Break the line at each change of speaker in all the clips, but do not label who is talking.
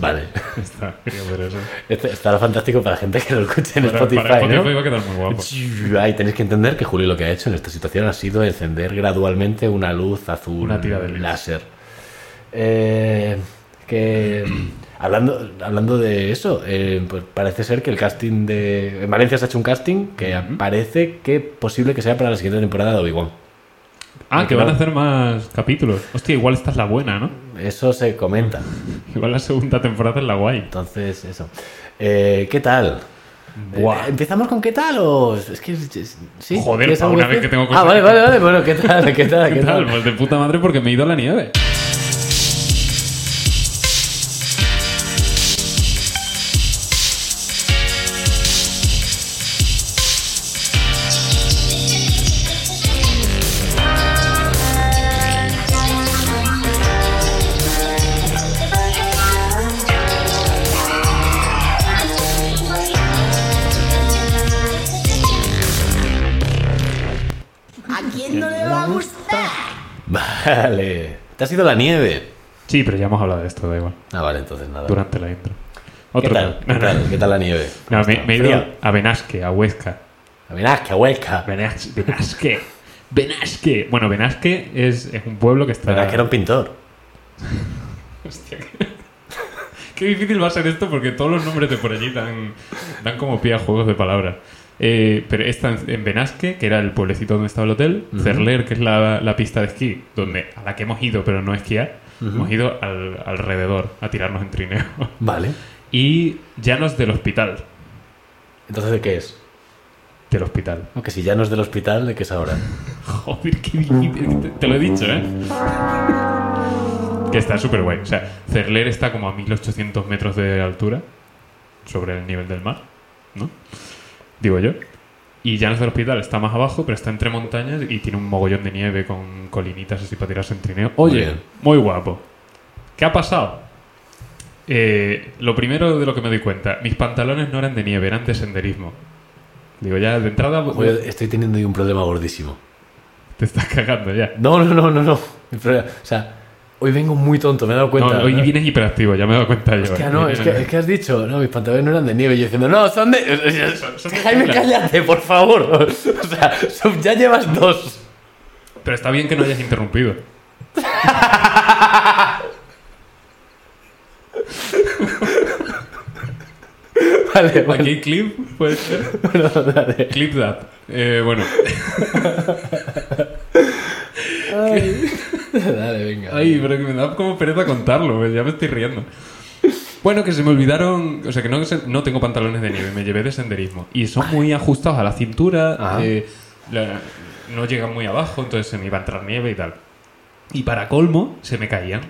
Vale.
Está, quería ver eso.
Este- Estará fantástico para gente que lo escuche en
Para-
Spotify,
para Spotify
¿no?
va a quedar muy guapo.
Ahí tenéis que entender que Julio lo que ha hecho en esta situación ha sido encender gradualmente una luz azul
Una tira de luz.
láser. Eh, que hablando, hablando de eso, eh, pues parece ser que el casting de. En Valencia se ha hecho un casting que parece que posible que sea para la siguiente temporada de Obi-Wan.
Ah, que
Claro.
van a hacer más capítulos. Hostia, igual esta es la buena, ¿no?
Eso se comenta.
Igual la segunda temporada es la guay.
Entonces, eso. Eh, ¿Qué tal?
Buah.
Eh, ¿Empezamos con qué tal o...? Es que... es- sí,
Joder,
¿quieres
pa,
algo
una vez
decir?
que tengo
Ah,
cosas
vale,
que
vale, vale. Bueno, ¿qué tal? ¿Qué tal?
¿Qué tal? Pues de puta madre porque me he ido a la nieve.
¿A quién no le va a gustar?
Vale. Te ha sido la nieve.
Sí, pero ya hemos hablado de esto, da igual.
Ah, vale, entonces nada.
Durante la intro.
¿Qué
Otro
tal?
no,
¿Qué
no.
tal? ¿Qué tal la nieve? Ah,
No, me, me he ido
Fría.
a Benasque, a Huesca.
A Benasque, a Huesca.
Benas- Benasque. Benasque. Bueno, Benasque es, es un pueblo que está.
Benasque era un pintor.
Hostia, qué- Qué difícil va a ser esto porque todos los nombres de por allí dan, dan como pie a juegos de palabras. Eh, pero esta en- en Benasque, que era el pueblecito donde estaba el hotel, Cerler, que es la, la pista de esquí, donde a la que hemos ido, pero no a esquiar, hemos ido al- alrededor a tirarnos en trineo.
Vale.
y Llanos del Hospital.
Entonces, ¿de qué es?
Del Hospital.
Aunque si ya no es del hospital, ¿de qué es ahora?
Joder, qué difícil. Te, te lo he dicho, ¿eh? Que está súper guay. O sea, Cerler está como a 1800 metros de altura sobre el nivel del mar, ¿no? Digo yo. Y Llanos del Hospital está más abajo, pero está entre montañas y tiene un mogollón de nieve con colinitas así para tirarse en trineo.
Muy
Oye,
bien.
muy guapo. ¿Qué ha pasado? Eh, lo primero de lo que me doy cuenta, mis pantalones no eran de nieve, eran de senderismo. Digo, ya de entrada
Joder, estoy teniendo ahí un problema gordísimo.
te estás cagando ya.
No, no, no, no, no. El problema- O sea, hoy vengo muy tonto, me he dado cuenta.
No, hoy
¿no?
vienes hiperactivo, ya me he dado cuenta yo.
Hostia, no,
eh.
es que, es que has dicho, no, mis pantalones no eran de nieve. Yo diciendo, no, son de.
son de
Jaime,
tela.
cállate, por favor. O sea, son- ya llevas dos.
Pero está bien que no hayas interrumpido.
Vale, vale.
Aquí hay clip, puede ser. Clip that. Eh, bueno,
Dale, venga.
ay, pero que me da como pereza contarlo, pues, ya me estoy riendo. Bueno, que se me olvidaron, o sea, que no, se- no tengo pantalones de nieve, me llevé de senderismo. Y son muy ajustados a la cintura,
Ajá.
eh, la- no llegan muy abajo, entonces se me iba a entrar nieve y tal. Y para colmo, se me caían.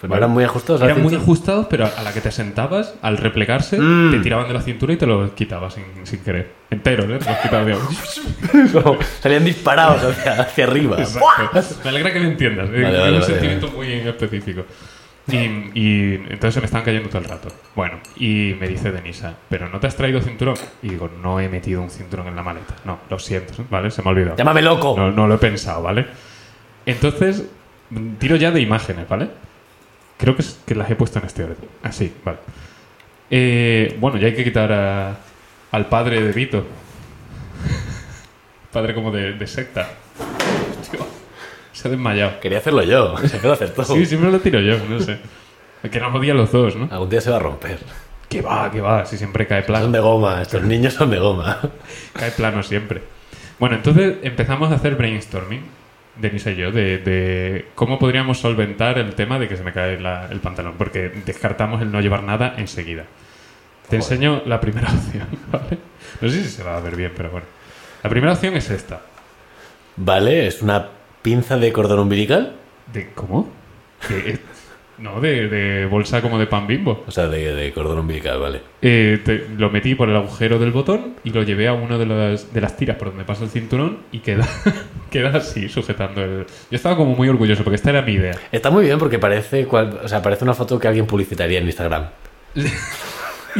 Pero Pues eran muy ajustados.
Eran
¿has
muy
dicho?
ajustados, pero a la que te sentabas, al replegarse,
Mm.
te tiraban de la cintura y te lo quitabas sin, sin querer. Entero, ¿eh? Te los quitabas de
Como salían disparados hacia, hacia arriba.
Exacto. Me alegra que lo entiendas. Es
vale,
un
vale,
sentimiento muy específico. Y, y entonces se me están cayendo todo el rato. Bueno, y me dice Denisa, ¿pero no te has traído cinturón? Y digo, no he metido un cinturón en la maleta. No, lo siento, ¿vale? Se me ha olvidado.
Llámame loco.
No, no lo he pensado, ¿vale? Entonces, mm, tiro ya de imágenes, ¿vale? Creo que, es- que las he puesto en este orden. Así, vale. Eh, bueno, ya hay que quitar a- al padre de Vito. padre como de, de secta. Hostia, se ha desmayado.
Quería hacerlo yo. Se quedó acertado.
Sí, siempre lo tiro yo, no sé. Que nos odian los dos, ¿no?
Algún día se va a romper.
Que va, que va, si siempre cae
Ah. Son
plano.
de goma. Estos niños son de goma.
Cae plano siempre. Bueno, entonces empezamos a hacer brainstorming, Denise y yo, de, de cómo podríamos solventar el tema de que se me cae la- el pantalón, porque descartamos el no llevar nada enseguida. Te enseño la primera opción, ¿vale? No sé si se va a ver bien, pero bueno. La primera opción es esta.
Vale, es una pinza de cordón umbilical.
¿De cómo? De- eh, no, de, de bolsa como de pan bimbo.
O sea, de, de cordón umbilical, vale.
Eh, te- lo metí por el agujero del botón y lo llevé a una de las, de las tiras por donde pasa el cinturón y queda, queda así, sujetando el... Yo estaba como muy orgulloso porque esta era mi idea.
Está muy bien porque parece, cual- o sea, parece una foto que alguien publicitaría en Instagram.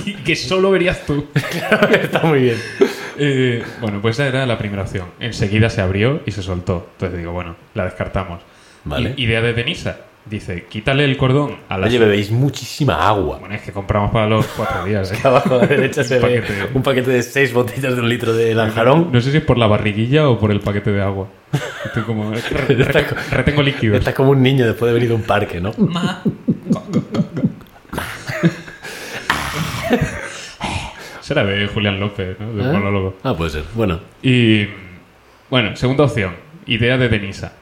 Y que solo verías tú.
Está muy bien.
Eh, bueno, pues esa era la primera opción. Enseguida se abrió y se soltó. Entonces digo, bueno, la descartamos.
Vale.
I- idea de Denisa. Dice, quítale el cordón a la
Oye, bebéis muchísima agua.
Bueno, es que compramos para los cuatro días. ¿eh?
Abajo a la derecha se
Un
ve
paquete.
un paquete de seis botellas de un litro de lanjarón.
No sé si es por la barriguilla o por el paquete de agua. Estoy como, retengo líquidos.
Estás como un niño después de venir de un parque, ¿no?
Será de Julián López, ¿no? Del
¿Eh?
monólogo.
Ah, puede ser. Bueno,
Y bueno, segunda opción, idea de Denisa.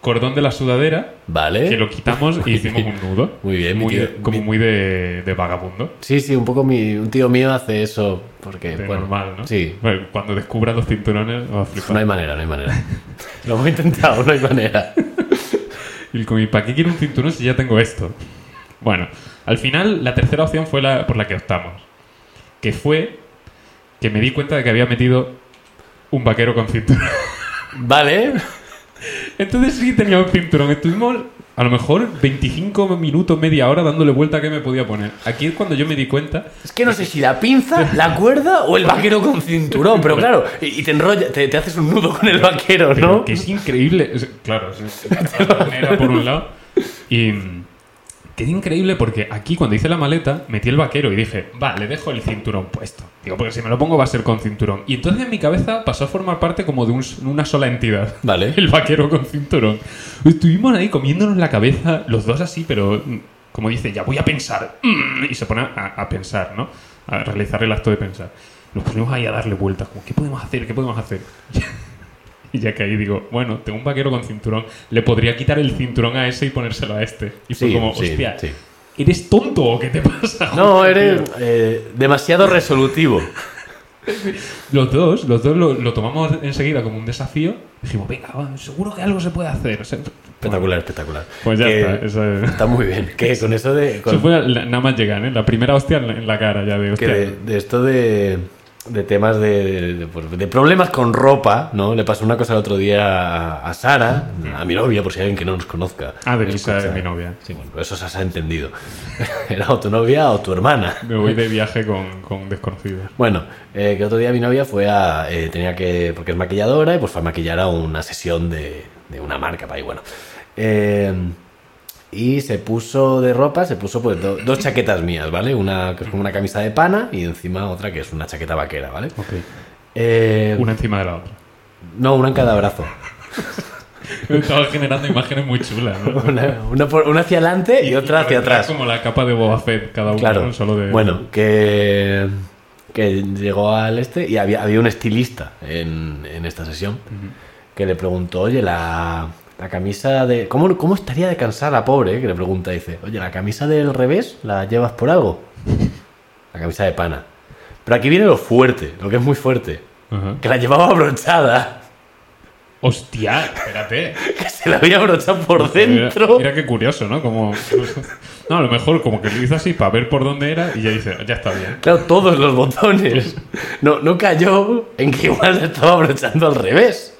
Cordón de la sudadera, que
vale.
lo quitamos y hicimos un nudo.
¿Eh? Muy bien, mi tío.
como
Mi-
muy de, de vagabundo.
Sí, sí, un poco mi, un tío mío hace eso porque,
De
bueno,
normal, ¿no?
Sí,
Bueno, cuando descubra los cinturones, va a
no
flipar.
hay manera, no hay manera. lo hemos intentado, no hay manera.
Y como, ¿y para qué quiero un cinturón si ya tengo esto? Bueno, al final la tercera opción fue la por la que optamos. Que fue que me di cuenta de que había metido un vaquero con cinturón.
Vale.
Entonces sí tenía un cinturón. Estuvimos a lo mejor 25 minutos, media hora dándole vuelta a qué me podía poner. Aquí es cuando yo me di cuenta.
Es que no sé si la pinza, la cuerda o el vaquero con cinturón, pero claro, y, y te enrolla, te, te haces un nudo con el vaquero,
Pero
¿no?
que es increíble. Es- claro, es- es- la manera, por un lado. Y mm, que es increíble porque aquí cuando hice la maleta metí el vaquero y dije, va, le dejo el cinturón puesto. Digo, porque si me lo pongo va a ser con cinturón. Y entonces en mi cabeza pasó a formar parte como de un s- una sola entidad.
Vale.
El vaquero con cinturón. Estuvimos ahí comiéndonos la cabeza, los dos así, pero mm, como dice, ya voy a pensar. Mm, Y se pone a, a pensar, ¿no? A realizar el acto de pensar. Nos ponemos ahí a darle vueltas, como, ¿qué podemos hacer? ¿Qué podemos hacer? Y ya que ahí digo, bueno, tengo un vaquero con cinturón, le podría quitar el cinturón a ese y ponérselo a este. Y fue
Sí,
como,
sí,
hostia,
sí.
¿eres tonto o qué te pasa?
No,
Joder,
eres
tío".
eh, demasiado resolutivo.
Los dos, los dos lo, lo tomamos enseguida como un desafío. Dijimos, venga, va, seguro que algo se puede hacer. O sea,
Espectacular, espectacular.
Pues ya
Que-
está. Eso, es-
Está muy bien. Que con eso de. con-
eso fue la- nada más llegar, ¿eh? La primera hostia en la, en la cara, ya de
que
hostia.
de, de esto de, de temas de, de- de- pues, de problemas con ropa, ¿no? Le pasó una cosa el otro día a, a Sara, a mi novia, por si hay alguien que no nos conozca.
Ah, de Lisa,
Escucha.
de mi novia.
Sí, bueno, eso se ha entendido. Era o tu novia o tu hermana.
Me voy de viaje con, con desconocidos.
Bueno, eh, que otro día mi novia fue a. eh, tenía que. porque es maquilladora y pues fue a maquillar a una sesión de, de una marca para ahí, bueno. Eh, y se puso de ropa, se puso pues do- dos chaquetas mías, ¿vale? Una que es como una camisa de pana y encima otra que es una chaqueta vaquera, ¿vale? Eh,
Una encima de la otra.
No, una en cada brazo.
Estaba generando imágenes muy chulas, ¿no?
Una, una por- una hacia adelante y otra hacia
Era
atrás.
como la capa de Boba Fett, cada uno,
Claro.
¿no? solo de...
Bueno, que, que llegó al este y había, había un estilista en, en esta sesión que le preguntó, oye, la, la camisa de... ¿cómo, ¿Cómo estaría de cansada la pobre? eh?", Que le pregunta, dice, oye, la camisa del revés la llevas por algo. La camisa de pana. Pero aquí viene lo fuerte, lo que es muy fuerte.
Ajá.
Que la llevaba abrochada.
Hostia, espérate.
Que se la había abrochado por
Mira,
dentro.
mira qué curioso, ¿no? Como... No, a lo mejor como que lo hizo así para ver por dónde era y ya dice, ya está bien.
Claro, todos los botones. No, no cayó en que igual le estaba abrochando al revés.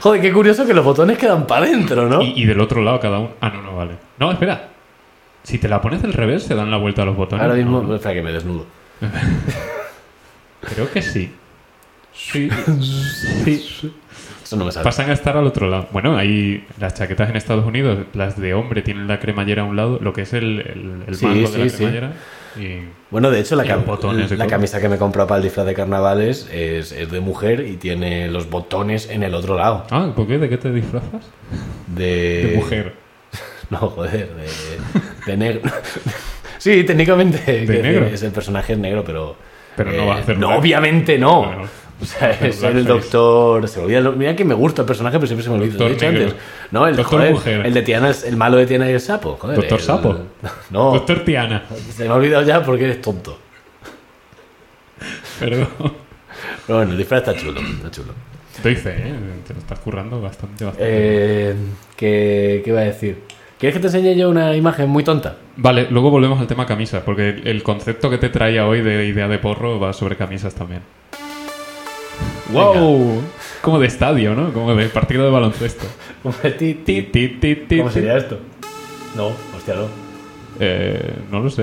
Joder, qué curioso que los botones quedan para adentro, ¿no?
Y, y del otro lado cada uno... Ah, no, no, vale. No, espera. Si te la pones del revés, se dan la vuelta a los botones.
Ahora mismo,
No, no.
espera que me desnudo.
Creo que sí. Sí. sí.
Eso no me sale.
Pasan a estar al otro lado. Bueno, ahí las chaquetas en Estados Unidos, las de hombre tienen la cremallera a un lado, lo que es el, el, el
Sí,
mango
sí,
de la
sí.
cremallera. Y...
Bueno, de hecho, la,
Y los
cam-
botones y
la
todo.
camisa que me compró para el disfraz de carnavales es, es de mujer y tiene los botones en el otro lado.
Ah, ¿por qué? ¿De qué te disfrazas?
De,
De mujer.
No, joder, de, de negro. sí, técnicamente quiero decir,
negro?
Es el personaje es negro, pero. eh,
Pero no va a hacer
No,
black.
obviamente no.
Claro.
O sea,
Hacer
es el
blackface.
doctor. Se me olvida. el- Mira que me gusta el personaje, pero siempre se me olvida. Lo he
Doctor
dicho
negro.
antes. No, el,
Doctor
joder,
mujer.
el de Tiana, es- el malo de Tiana y el sapo. Joder,
Doctor
el-
sapo.
No,
Doctor Tiana.
se me ha olvidado ya porque eres tonto.
Perdón.
Pero bueno, el disfraz está chulo. Está chulo.
Doy fe, ¿eh? Te lo estás currando bastante, bastante.
Eh, ¿qué, ¿Qué iba a decir? ¿Quieres que te enseñe yo una imagen muy tonta?
Vale, luego volvemos al tema camisas, porque el el concepto que te traía hoy de idea de porro va sobre camisas también. ¡Wow! Como de estadio, ¿no? Como de partido de baloncesto. Ti,
Ti, ti.
ti, ti, ti,
¿Cómo
ti.
sería esto? No, hostia, no.
Eh, no lo sé.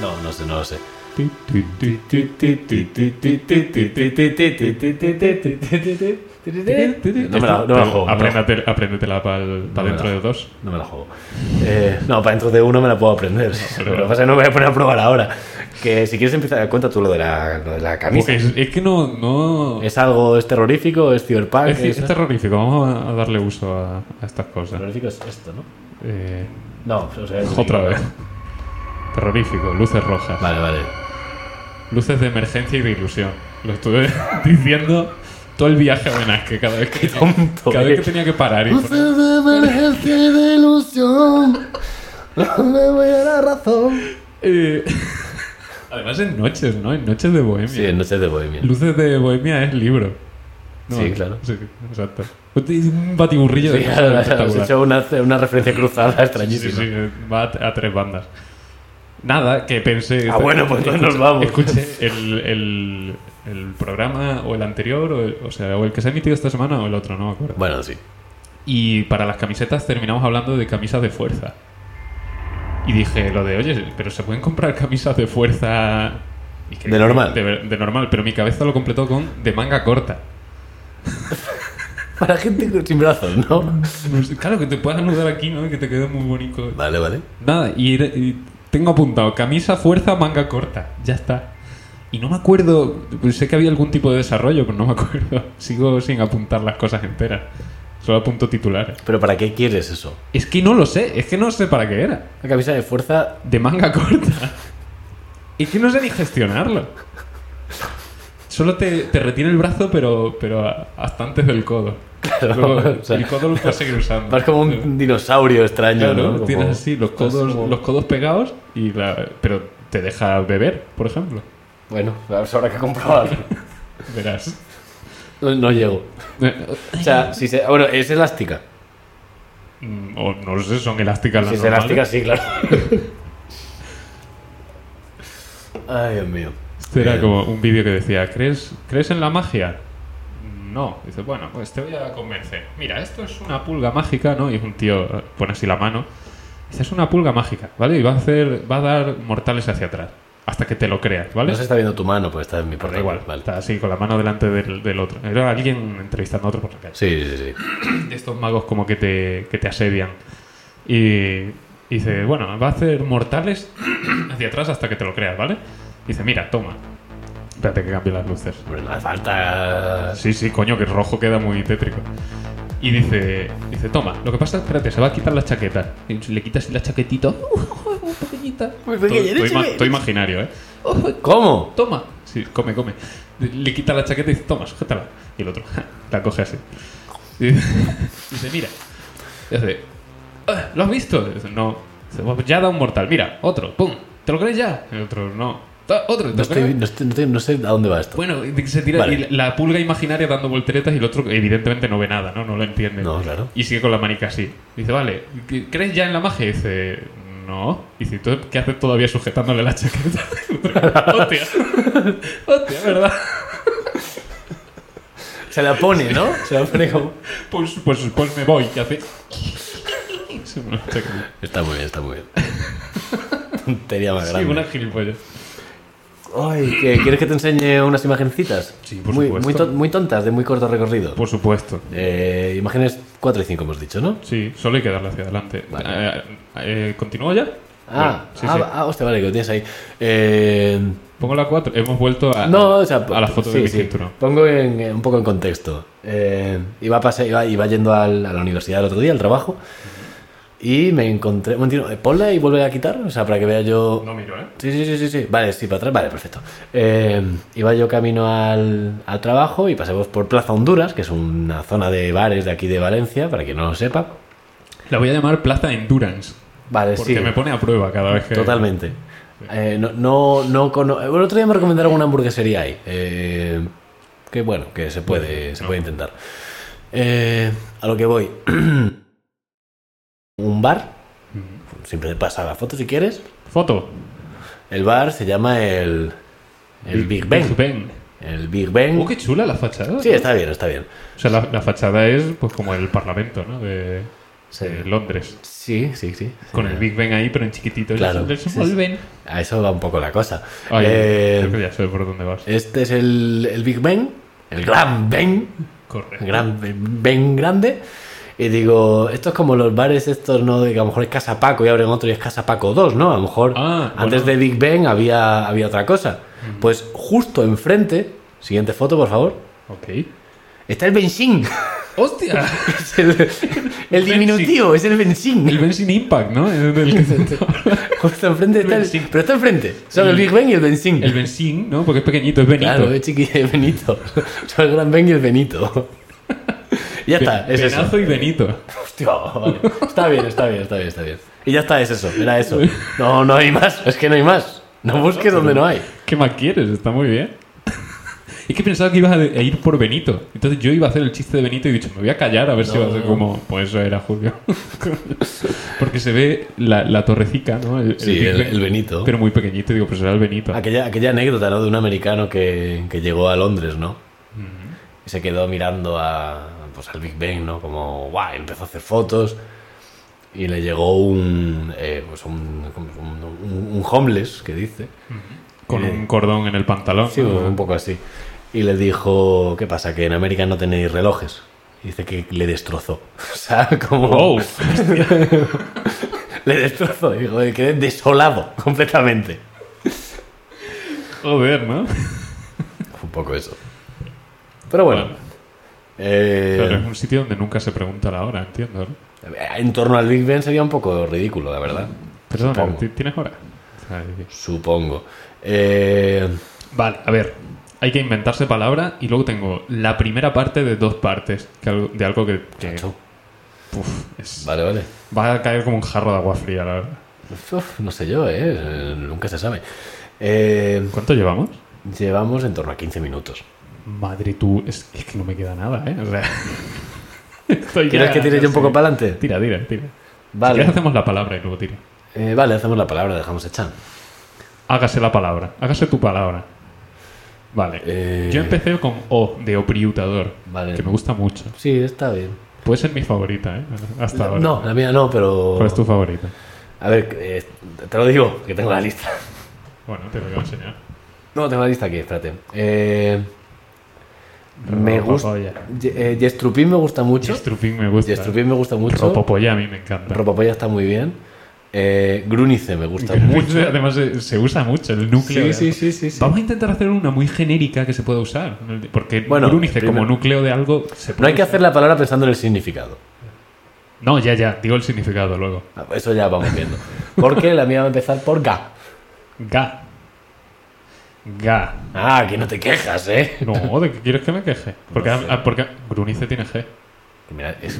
No, no sé, no lo sé.
Ti, ti, ti, ti, ti, ti, ti, ti, ti, ti, ti, ti, ti, ti.
Pero No me la, no me la juego. no me la juego.
Apréndate- Apréndetela para
No me
dentro
la-
de dos.
No me la juego. Eh, no, para dentro de uno me la puedo aprender.
pero-
Pero lo que pasa es que no me voy a poner a probar ahora. Que si quieres empezar, cuenta tú lo de la, lo de la camisa.
Porque es, es que no. no... Es,
¿Es algo es terrorífico? ¿Es cyberpunk?
es terrorífico. Vamos a darle uso a, a estas cosas.
terrorífico es esto, ¿no?
Eh,
No, o sea, es-
otra vez. Terrorífico, luces rojas.
Vale, vale.
Luces de emergencia y de ilusión. Lo estuve diciendo todo el viaje a Benasque. Cada vez que,
tonto eh.
cada vez que
eres.
tenía que parar. Y poner-
de emergencia y de ilusión. No me voy a la razón.
Eh, Además en noches, ¿no? En noches de bohemia.
Sí, en Noches de Bohemia.
Luces de Bohemia es libro.
Sí, claro.
Sí, exacto. Pues, Un batiburrillo
Sí,
de
claro,
cosas
has
espectacular.
hecho una, una referencia cruzada
Sí,
extrañísima.
sí, sí, va a, a tres bandas. Nada, que pensé.
Ah, bueno, pues entonces nos vamos.
Escuché el, el, el programa o el anterior, o, el- o sea, o el que se ha emitido esta semana o el otro, no me acuerdo.
Bueno, sí.
Y para las camisetas terminamos hablando de camisas de fuerza. Y dije lo de, oye, pero se pueden comprar camisas de fuerza. Y que-
De normal.
De, de normal, pero mi cabeza lo completó con de manga corta.
Para gente con- sin brazos, ¿no?
No sé, Claro, que te puedas anudar aquí, ¿no? Que te quede muy bonito.
Vale, vale.
Nada, y, era- y tengo apuntado camisa, fuerza, manga corta. Ya está. Y no me acuerdo, pues sé que había algún tipo de desarrollo, pero no me acuerdo. Sigo sin apuntar las cosas enteras. Solo apunto titulares.
Pero ¿para qué quieres eso?
Es que no lo sé, es que no sé para qué era.
La camisa de fuerza.
de manga corta. Y que no sé ni gestionarlo. Solo te, te retiene el brazo, pero, pero a- hasta antes del codo. Luego,
o sea,
el codo lo puedes seguir usando.
Vas como un dinosaurio extraño,
Claro,
¿no? Como-
tienes así los
estás
codos,
como-
los codos pegados, y la- pero te deja beber, por ejemplo.
Bueno, pues habrá que comprobar.
Verás.
No, no llego.
Eh,
O sea, si se... bueno, es elástica.
Mm, O no lo sé, son elásticas las
Si es
normales.
elástica, sí, claro. Ay, Dios mío.
Este era
Eh,
como un vídeo que decía, ¿crees, ¿crees en la magia? No. Dice, bueno, pues te voy a convencer. Mira, esto es una pulga mágica, ¿no? Y es un tío eh, pone así la mano. Dice, es una pulga mágica, ¿vale? Y va a hacer, va a dar mortales hacia atrás. Hasta que te lo creas, ¿vale?
No se está viendo tu mano, pues está en mi
Pero
portal.
da igual,
Vale.
está así con la mano delante del, del otro. Era alguien entrevistando a otro por la calle
Sí, sí, sí.
de estos magos como que te, que te asedian. Y dice, bueno, va a hacer mortales hacia atrás hasta que te lo creas, ¿vale? Dice, mira, toma. Espérate que cambie las luces.
Hombre, no hace falta.
Sí, sí, coño, que el rojo queda muy tétrico. Y dice, dice, toma, lo que pasa, espérate, se va a quitar la chaqueta. Y le quitas la chaquetita. Muy pequeñita.
Muy
Todo-
pequeña,
todo
eres
ima-
una-
todo imaginario, ¿eh?
¿Cómo?
toma. Sí, come, come. Le quita la chaqueta y dice, toma, sujétala. Y el otro, ja, la coge así. Y dice, mira. Y hace, "Ah, ¿lo has visto? Y dice, no. Dice, "Bueno, pues ya da un mortal. Mira, otro, pum. ¿Te lo crees ya? El otro, no. "Ah, Otro, ¿te
No,
lo
estoy,
crees?".
no, estoy- no estoy- no sé a dónde va esto.
Bueno, y se tira
Vale.
y la pulga imaginaria dando volteretas y el otro evidentemente no ve nada, ¿no? No lo entiende.
No, claro.
Y sigue con la manica así. Dice, vale, ¿crees ya en la magia? Y dice, no. Y dice, "Entonces, ¿qué haces todavía sujetándole la chaqueta? Hostia. Hostia, ¿verdad?
Se la pone, ¿no? Se la pone como.
Pues, pues, pues me voy. ¿Qué hace? Sí, una chaqueta.
Está muy bien, está muy bien. Tontería más
Sí,
grande.
una gilipollas.
Ay, ¿qué- ¿quieres que te enseñe unas imagencitas?
Sí, por
muy,
supuesto.
Muy, ton- muy tontas, de muy corto recorrido.
Por supuesto.
Eh, imágenes 4 y 5 hemos dicho, ¿no?
Sí, solo hay que darle hacia adelante.
Vale.
Eh, eh, ¿Continúo ya?
Ah,
Bueno, sí,
ah,
sí.
ah, hostia, vale, que lo tienes ahí. Eh,
Pongo la 4. Hemos vuelto a,
no, o sea,
a la foto de
sí,
mi
sí.
cinturón.
Pongo en- en un poco en contexto. Eh, iba, a pase- iba, iba yendo al- a la universidad el otro día, al trabajo, y me encontré. Un tiro, eh, ponla y vuelve a quitar, o sea, para que vea yo.
No miro, ¿eh?
Sí, sí, sí, sí, sí. Vale, sí, para atrás. Vale, perfecto. Eh, iba yo camino al, al trabajo y pasamos por Plaza Honduras, que es una zona de bares de aquí de Valencia, para quien no lo sepa.
La voy a llamar Plaza Endurance.
Vale,
Porque
Eh, sí.
me pone a prueba cada vez que.
Totalmente. Eh, no, no, no cono- El otro día me recomendaron una hamburguesería ahí. eh, que bueno, que se puede, se puede intentar. Eh, a lo que voy. Un bar. Siempre pasa la foto si quieres.
Foto.
El bar se llama el, el Big Ben.
Big Ben.
El Big Ben.
Oh, qué chula la fachada.
Sí, está bien, está bien.
O sea, la, la fachada es pues como el Parlamento, ¿no? De,
Sí.
de Londres.
Sí, sí, sí.
Con el Big Ben ahí, pero en chiquitito.
Claro.
Les
Sí, sí.
envuelven.
A eso va un poco la cosa.
Ay,
Eh,
creo que ya sé por dónde vas.
Este es el, el Big Ben, el Gran Ben,
Correcto.
grande, ven grande. Y digo, esto es como los bares estos, ¿no? De que a lo mejor es Casa Paco y abren otro y es Casa Paco 2, ¿no? A lo mejor
Ah,
antes
bueno. Mm.
de Big Ben había, había otra cosa. Pues justo enfrente, siguiente foto, por favor,
Ok.
está el Benzín.
¡Hostia!
Es el, el diminutivo, es el
El
Benzín.
Benzin Impact, ¿no? Es del que-
Justo enfrente está el...
Benzín.
Pero está enfrente. Son el
El-
Big Ben y el Benzín.
El Benzin, ¿no? Porque es pequeñito, es Benito.
Claro, eh. es chiquillo de Benito. Son el Gran Ben y el Benito. ya está,
Be-
es eso.
Benazo y Benito.
Hostia, vale. Está bien, está bien, está bien, está bien. Y ya está, es eso, era eso. No, no hay más, es que no hay más. No busques donde no hay.
¿Qué más quieres? Está muy bien. Es que pensaba que ibas a, de- a ir por Benito. Entonces yo iba a hacer el chiste de Benito y he dicho, me voy a callar a ver si
No,
va a ser
no.
como. Pues eso era Julio. Porque se ve la, la torrecica, ¿no? El,
Sí,
Big
el-
Ben,
el Benito.
Pero muy pequeñito, y digo, pues era el Benito.
Aquella, aquella anécdota, ¿no? De un americano que, que llegó a Londres, ¿no? Y se quedó mirando a, pues, al Big Bang, ¿no? Como, guau, empezó a hacer fotos. Y le llegó un, eh, pues un, como un- un- un homeless, que dice.
Con un cordón en el pantalón.
Sí,
¿no?
un poco así. Y le dijo, ¿qué pasa? Que en América no tenéis relojes. Y dice que le destrozó. O sea, como...
Wow.
Le destrozo, digo, me quedé desolado completamente.
Joder, ¿no?
Un poco eso. Pero bueno.
Bueno.
eh,
Claro, es un sitio donde nunca se pregunta la hora, entiendo. ¿no?
En torno al Big Ben sería un poco ridículo, la verdad.
Perdona,
Supongo.
¿ti- ¿tienes hora? O sea,
Supongo. Eh,
Vale, a ver. Hay que inventarse palabra y luego tengo la primera parte de dos partes que algo- de algo que, que-
chacho,
uf, es-
vale, vale.
va a caer como un jarro de agua fría, la verdad.
Uf, no sé yo, ¿eh? Eh, Nunca se sabe. Eh,
¿Cuánto llevamos?
llevamos en torno a 15 minutos.
Madre tú, es, es que no me queda nada, ¿eh? O sea, estoy
¿Quieres
ya-
que tire yo un poco
sí.
para adelante?
Tira, tira, tira. Si
Vale.
quieres hacemos la palabra y luego tira.
Eh, vale, hacemos la palabra, dejamos hecha.
Hágase la palabra, hágase tu palabra. Vale.
Eh.
Yo empecé con O, de opriutador,
Vale.
que me gusta mucho.
Sí, está bien.
Puede ser mi favorita, ¿eh? Hasta ahora.
No, la mía no, pero...
¿Cuál es tu favorita?
A ver, eh, te lo digo, que tengo la lista.
Bueno, te lo voy a enseñar.
No, tengo la lista aquí, espérate. Eh, me
Ropa
gusta.
polla.
Ye- eh, Yestrupín me gusta mucho.
Yestrupin me gusta.
Yestrupín me gusta mucho.
Ropopolla a mí me encanta.
Ropapolla está muy bien. Eh, Grunice me gusta
Pero
mucho.
Además se, se usa mucho el núcleo.
Sí,
de-
sí, sí, sí, sí.
Vamos a intentar hacer una muy genérica que se pueda usar. Porque
Bueno,
Grunice como
primero-
núcleo de algo se puede
No hay que
usar.
hacer la palabra pensando en el significado.
No, ya, ya. Digo el significado luego.
Ah, Eso ya vamos viendo. Porque la mía va a empezar por ga.
Ga. Ga.
Ah, que no te quejas, eh.
No, ¿de qué quieres que me queje? Porque,
No sé.
ah, porque Grunice tiene G.
Mira, es.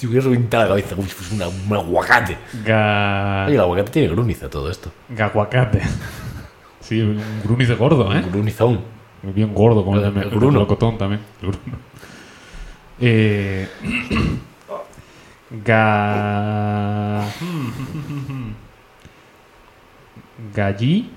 Te voy a reventar la cabeza. Uy, es una- un aguacate.
Ga.
Oye, el aguacate tiene grunice a todo esto.
Gaguacate. Sí, un Grunice gordo, ¿eh?
Grunizón.
Bien gordo, como
El-
el, el,
el Bruno.
melocotón también. El Bruno. Eh, ga... Gallí.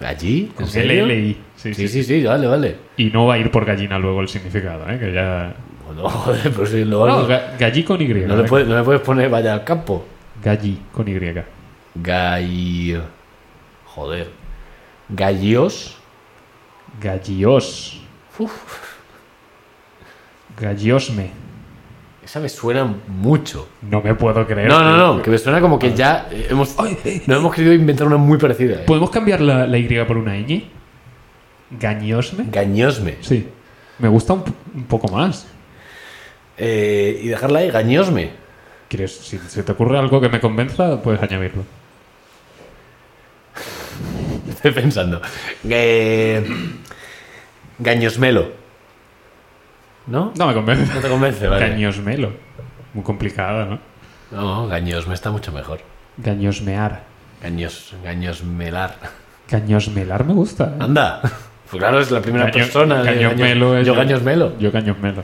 Allí,
con
en serio.
LLI. Sí, sí,
Sí, sí, sí, vale, vale.
Y no va a ir por gallina luego el significado, ¿eh? Que ya...
No, joder, pero si lo
No,
no,
ga- gallí con Y.
le
¿eh?
puedes, no le puedes poner vaya al campo.
Gallí con Y.
Gall... Joder. Gallios.
Gallios.
Uf,
Galliosme.
esa me suena mucho.
No me puedo creer.
No, no,
que- Ah.
no, que me suena como que ya eh, hemos, nos hemos querido inventar una muy parecida. eh.
¿Podemos cambiar la, la Y por una ñ? Gañosme.
Gañosme.
Sí. Me gusta un, p- un poco más.
Eh, y dejarla ahí, gañosme.
¿Quieres, si se te ocurre algo que me convenza, puedes añadirlo.
Estoy pensando. Eh, gañosmelo. ¿No?
No me convence.
No te convence, vale.
Gañosmelo. Muy complicada, ¿no?
No, gañosme está mucho mejor.
Gañosmear.
Gaños, gañosmelar.
Gañosmelar me gusta. ¿eh?
Anda. Pues claro, es la primera
Gaño-
persona. de
Gañosmelo
gaños-
es-
yo gañosmelo.
Yo gañosmelo.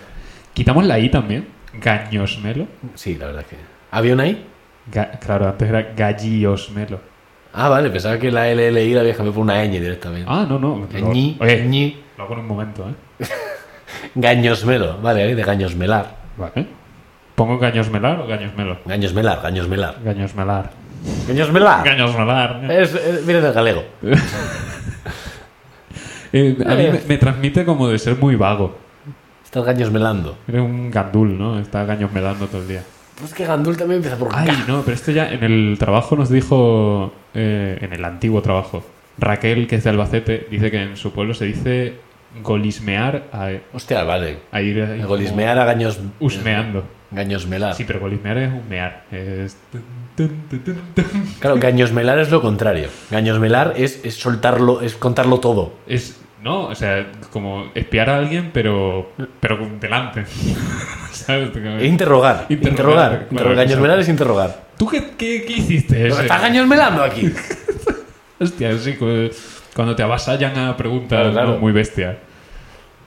Quitamos la I también. Gañosmelo.
Sí, la verdad es que. ¿Había una I?
Ga- claro, antes era galliosmelo.
Ah, vale, pensaba que la LLI la había cambiado por una ñ directamente.
Ah, no, no. Lo-
Ñi,
Oye,
Ñi,
lo hago en un momento, ¿eh?
gañosmelo. Vale, ahí de gañosmelar.
Vale. ¿Pongo gañosmelar o gañosmelo?
Gañosmelar, gañosmelar.
Gañosmelar.
Gañosmelar.
Gañosmelar. ¿no?
Es, es- viene del galego.
Eh, a mí me, me transmite como de ser muy vago.
Estás gaños melando.
Era un gandul, ¿no? Está gañosmelando todo el día.
Pues que Gandul también empieza por
Ay,
K.
no, pero esto ya en el trabajo nos dijo, eh, en el antiguo trabajo, Raquel, que es de Albacete, dice que en su pueblo se dice golismear a,
Hostia, vale.
a ir ahí como
Golismear Ah. a gaños.
Husmeando.
Gañosmelar.
Sí, pero golismear es humear. Es... tun, tun, tun, tun, tun.
Claro, gañosmelar es lo contrario. Gañosmelar es, es soltarlo, es contarlo todo.
Es, no, o sea, como espiar a alguien, pero, pero delante. ¿Sabes?
E interrogar.
Interrogar.
Interrogar.
Claro,
Interro- Gañosmelar
exacto.
es interrogar.
¿Tú qué, qué, qué hiciste?
Pero
ese?
está gañosmelando aquí.
Hostia, sí, cu- cuando te avasallan a preguntas
Claro, claro.
¿no? muy bestias.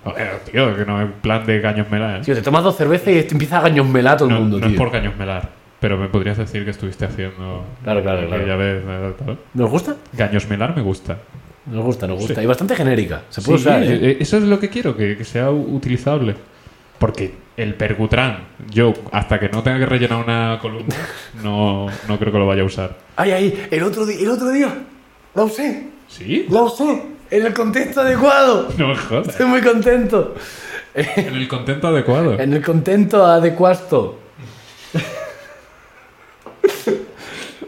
Joder, tío, que no es plan de gañosmelar. ¿eh?
Tío, te tomas dos cervezas y te empieza a gañosmelar todo el
no
mundo,
no
tío.
es por gañosmelar, pero me podrías decir que estuviste haciendo.
Claro, claro, claro.
aquella vez, ¿no? Tal.
¿Nos gusta?
Gañosmelar me gusta.
Nos gusta, nos gusta.
Sí.
Y bastante genérica. Se puede usar.
Sí,
¿eh?
eh, Eso es lo que quiero, que, que sea u- utilizable. Porque el percutrán, yo, hasta que no tenga que rellenar una columna, no, no creo que lo vaya a usar.
Ay, ay, el otro, di- el otro día. La usé,
¿Sí?
la usé. En el contexto adecuado.
No me jodas.
Estoy muy contento.
En el contento adecuado.
En el contento adecuado.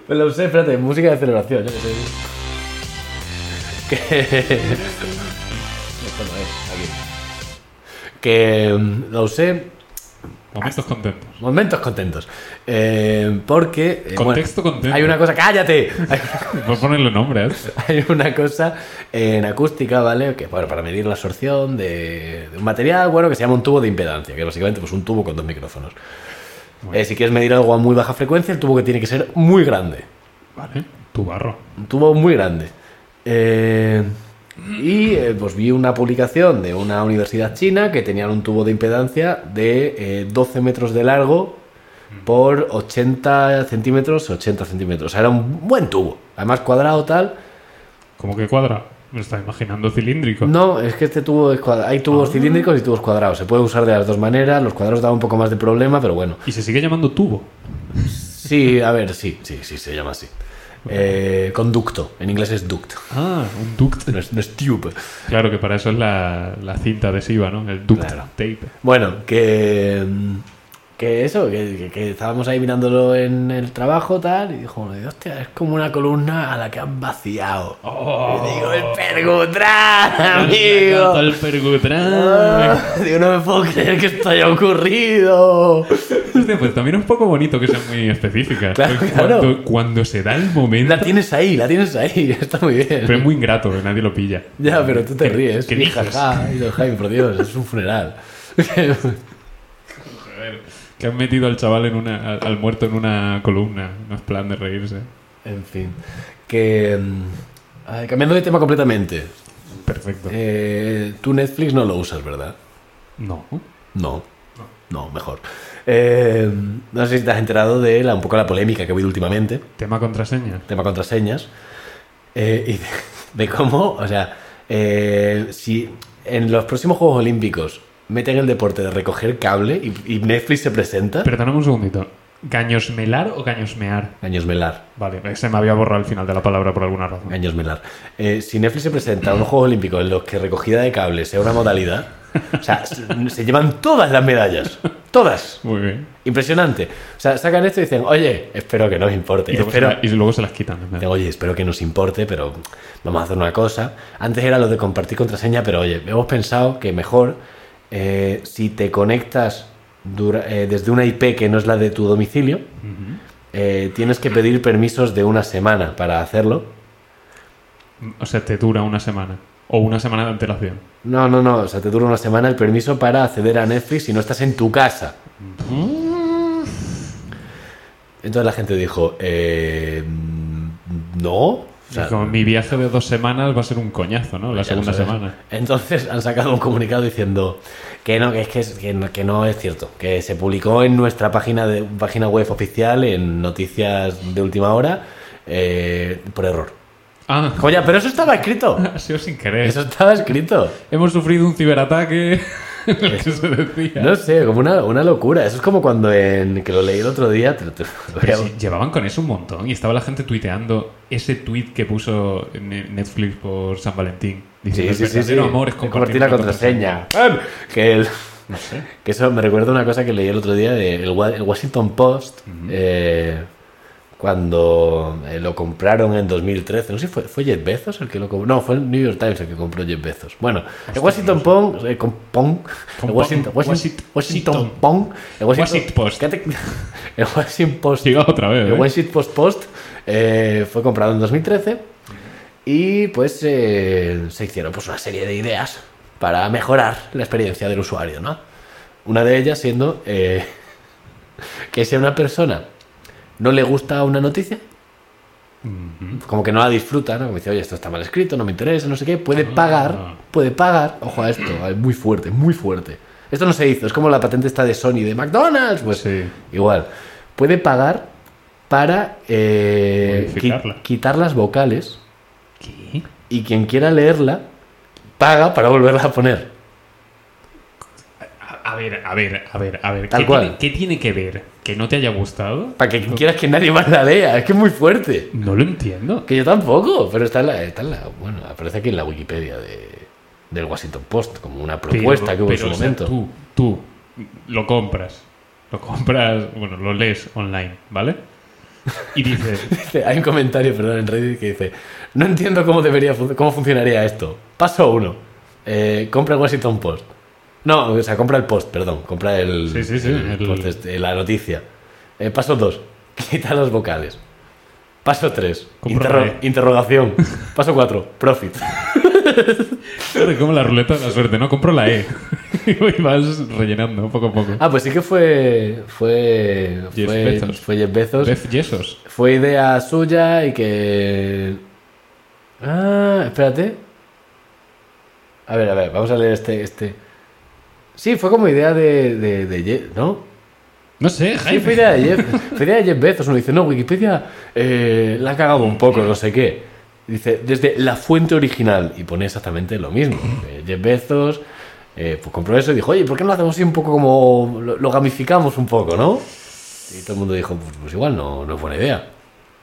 Pues la usé, espérate, música de celebración. Yo que sé. Que. Esto no es, aquí. Que mm, la usé.
Momentos contentos.
Momentos contentos. Eh, porque. eh, bueno,
Contexto contento.
hay una cosa. ¡Cállate! Hay una
Voy a ponerle nombre, ¿eh?
hay una cosa en acústica, ¿vale? Que bueno, para medir la absorción de, de un material, bueno, que se llama un tubo de impedancia, que es básicamente pues un tubo con dos micrófonos. Eh, si quieres medir algo a muy baja frecuencia, el tubo que tiene que ser muy grande.
Vale. Tu barro.
Un tubo muy grande. Eh, y eh, pues vi una publicación de una universidad china que tenían un tubo de impedancia de eh, 12 metros de largo por 80 centímetros, 80 centímetros. O sea, era un buen tubo. Además cuadrado tal.
¿Cómo que cuadra? Me estaba imaginando cilíndrico.
No, es que este tubo es cuadra- Hay tubos cilíndricos y tubos cuadrados. Se puede usar de las dos maneras. Los cuadrados dan un poco más de problema, pero bueno.
Y se sigue llamando tubo.
Sí, a ver, sí, sí, sí, se llama así. Eh, conducto. En inglés es duct.
Ah, un duct.
No es, no es tube.
Claro que para eso es la, la cinta adhesiva, ¿no? El duct
Claro.
tape.
Bueno, que. Que eso, que, que- que estábamos ahí mirándolo en el trabajo, tal. Y dijo, uno, hostia, es como una columna a la que han vaciado. Y digo, el pergutrar, amigo.
El percutrán.
Ah, digo, no me puedo creer que esto haya ocurrido.
Hostia, pues también es un poco bonito que sea muy específica.
Claro,
Porque
claro.
Cuando, cuando se da el momento,
La tienes ahí, la tienes ahí, está muy bien.
pero es muy ingrato, que nadie lo pilla.
ya, pero tú te
¿Qué-
ríes.
qué
y
dices?
jaja, y yo, Jaime, por Dios, es un funeral.
Joder, que han metido al chaval en una, al, al muerto en una columna. No es plan de reírse.
en fin, que... mm, ay, cambiando de tema completamente.
Perfecto.
eh, tú Netflix no lo usas, ¿verdad?
No.
No. No, mejor. Eh, no sé si te has enterado de la, un poco la polémica que ha habido últimamente.
Tema contraseña.
tema contraseñas, eh, y de, de cómo, o sea, eh, si en los próximos Juegos Olímpicos meten el deporte de recoger cable y, y Netflix se presenta,
Perdóname un segundito. ¿Gañosmelar o gañosmear?
años melar,
Vale, se me había borrado el final de la palabra por alguna razón.
años melar, Eh, si Netflix se presenta a unos Juegos Olímpicos en los que recogida de cable sea una modalidad, o sea, se, se llevan todas las medallas, todas.
Muy bien.
Impresionante. O sea, sacan esto y dicen, oye, espero que no os importe.
Y luego,
espero,
se, la- y luego se las quitan. ¿no?
Digo, Oye, espero que nos importe, pero vamos a hacer una cosa. Antes era lo de compartir contraseña, pero oye, hemos pensado que mejor eh, si te conectas dura- eh, desde una IP que no es la de tu domicilio, eh, tienes que pedir permisos de una semana para hacerlo.
O sea, te dura una semana. O una semana de antelación.
No, no, no, o sea, te dura una semana el permiso para acceder a Netflix si no estás en tu casa. Entonces la gente dijo, eh, no. O sea,
Y como mi viaje de dos semanas va a ser un coñazo, ¿no? La
Ya lo
segunda
sabes.
semana.
Entonces han sacado un comunicado diciendo que no, que es que, es- que no, que no es cierto, que se publicó en nuestra página de página web oficial en noticias de última hora eh, por error.
Ah,
Joya, pero eso estaba escrito.
ha sido sin querer.
Eso estaba escrito.
Hemos sufrido un ciberataque. lo que se decía.
No sé, como una, una locura. Eso es como cuando en que lo leí el otro día. te- te-
Pero sí, llevaban con eso un montón y estaba la gente tuiteando ese tweet que puso Ne- Netflix por San Valentín. Dice,
Sí,
"El
sí, sí, sí.
verdadero amor es compartir,
la
una
contraseña. ¡Pam! Que el-
No sé.
Que eso me recuerda a una cosa que leí el otro día del Washington Post. eh, cuando eh, lo compraron en 2013, no sé si fue, fue Jeff Bezos el que lo compró, no, fue el New York Times el que compró Jeff Bezos. Bueno, el Washington Pong, eh, con Pong, el
Con
Washington,
Pong,
Washington,
Washington.
Washington Pong, el
Washington Post.
Cállate. el Washington Post,
Siga otra vez.
el
¿eh?
Washington Post Post eh, fue comprado en 2013 y pues eh, se hicieron pues una serie de ideas para mejorar la experiencia del usuario, ¿no? Una de ellas siendo eh, que si a una persona no le gusta una noticia,
Ujú.
como que no la disfruta, ¿no? Como dice, oye, esto está mal escrito, no me interesa, no sé qué, puede
Ah.
pagar, puede pagar, ojo a esto, es muy fuerte, muy fuerte. Esto no se hizo, es como la patente está de Sony de McDonald's, pues
Sí.
igual. Puede pagar para eh, qui-
Modificarla.
quitar las vocales
¿Qué?
y quien quiera leerla paga para volverla a poner.
A a ver, a ver, a ver, a ver.
Tal
¿Qué, Tiene,
cual.
¿Qué tiene que ver? ¿Que no te haya gustado?
Para que quieras que nadie más la lea, es que es muy fuerte.
No lo entiendo.
Que yo tampoco, pero está en la, está en la- bueno, aparece aquí en la Wikipedia de, del Washington Post como una propuesta que hubo en su
o sea,
momento.
tú, tú lo compras. Lo compras, bueno, lo lees online, ¿vale? Y dices,
Dice, Hay un comentario, perdón, en Reddit que dice: No entiendo cómo debería fun- cómo funcionaría esto. Paso uno. eh, compra el Washington Post. No, o sea, compra el post, perdón. Compra el.
Sí, sí, sí,
el
el-
post, este, la noticia. Eh, paso dos. Quita las vocales. Paso tres.
Compruebe.
interro- interrogación. Paso cuatro. Profit.
"Joder, como la ruleta de la suerte, ¿no? Compro la E. y vas rellenando poco a poco.
Ah, pues sí que fue. Fue.
Jeff
fue
Bezos.
Fue Jeff Bezos.
Jeff Yesos.
Fue idea suya y que. Ah, espérate. A ver, a ver, vamos a leer este. este. Sí, fue como idea de, de, de Jeff, ¿no?
No sé,
Sí,
Jaime.
fue idea de Jeff. Fue idea de Jeff Bezos. Uno dice, no, Wikipedia eh, la ha cagado un poco, no sé qué. Dice, desde la fuente original. Y pone exactamente lo mismo. Eh, Jeff Bezos eh, pues compró eso y dijo, oye, ¿por qué no lo hacemos así un poco como. lo, lo gamificamos un poco, ¿no? Y todo el mundo dijo, pues, pues igual no, no es buena idea.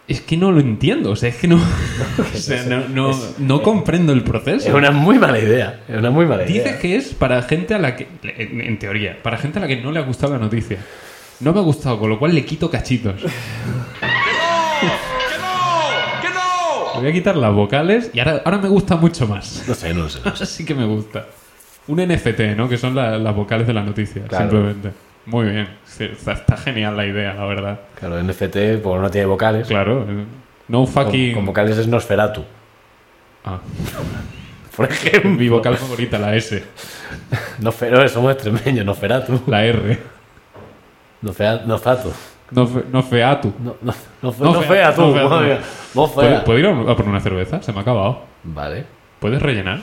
Es que no lo entiendo, o sea, es que no. o sea, no, no, no comprendo el proceso.
Es una muy mala idea. Es una muy mala
Dice
idea.
que es para gente a la que. En, en teoría, para gente a la que no le ha gustado la noticia. No me ha gustado, con lo cual le quito cachitos. Le voy a quitar las vocales y ahora, ahora me gusta mucho más.
No sé, no sé.
Ahora sí que me gusta. Un NFT, ¿no? Que son la- las vocales de la noticia,
Claro.
simplemente. Muy bien. Sí, Está, está genial la idea, la verdad.
Claro, NFT, como pues, no tiene vocales.
Claro. eh, No
con-
fucking.
Con, vocales es Nosferatu.
Ah,
Por ejemplo.
mi vocal favorita, la S.
Nosfer- no, somos extremeños, Nosferatu.
La R.
Nosfea- Nosfatu.
No, fe- no featu.
No, no, no, fe-
No
no
fea,
fea tú,
no fea tú.
madre mía. No
¿Puedo,
fea.
puedo ir a a por una cerveza? Se me ha acabado.
Vale.
¿Puedes rellenar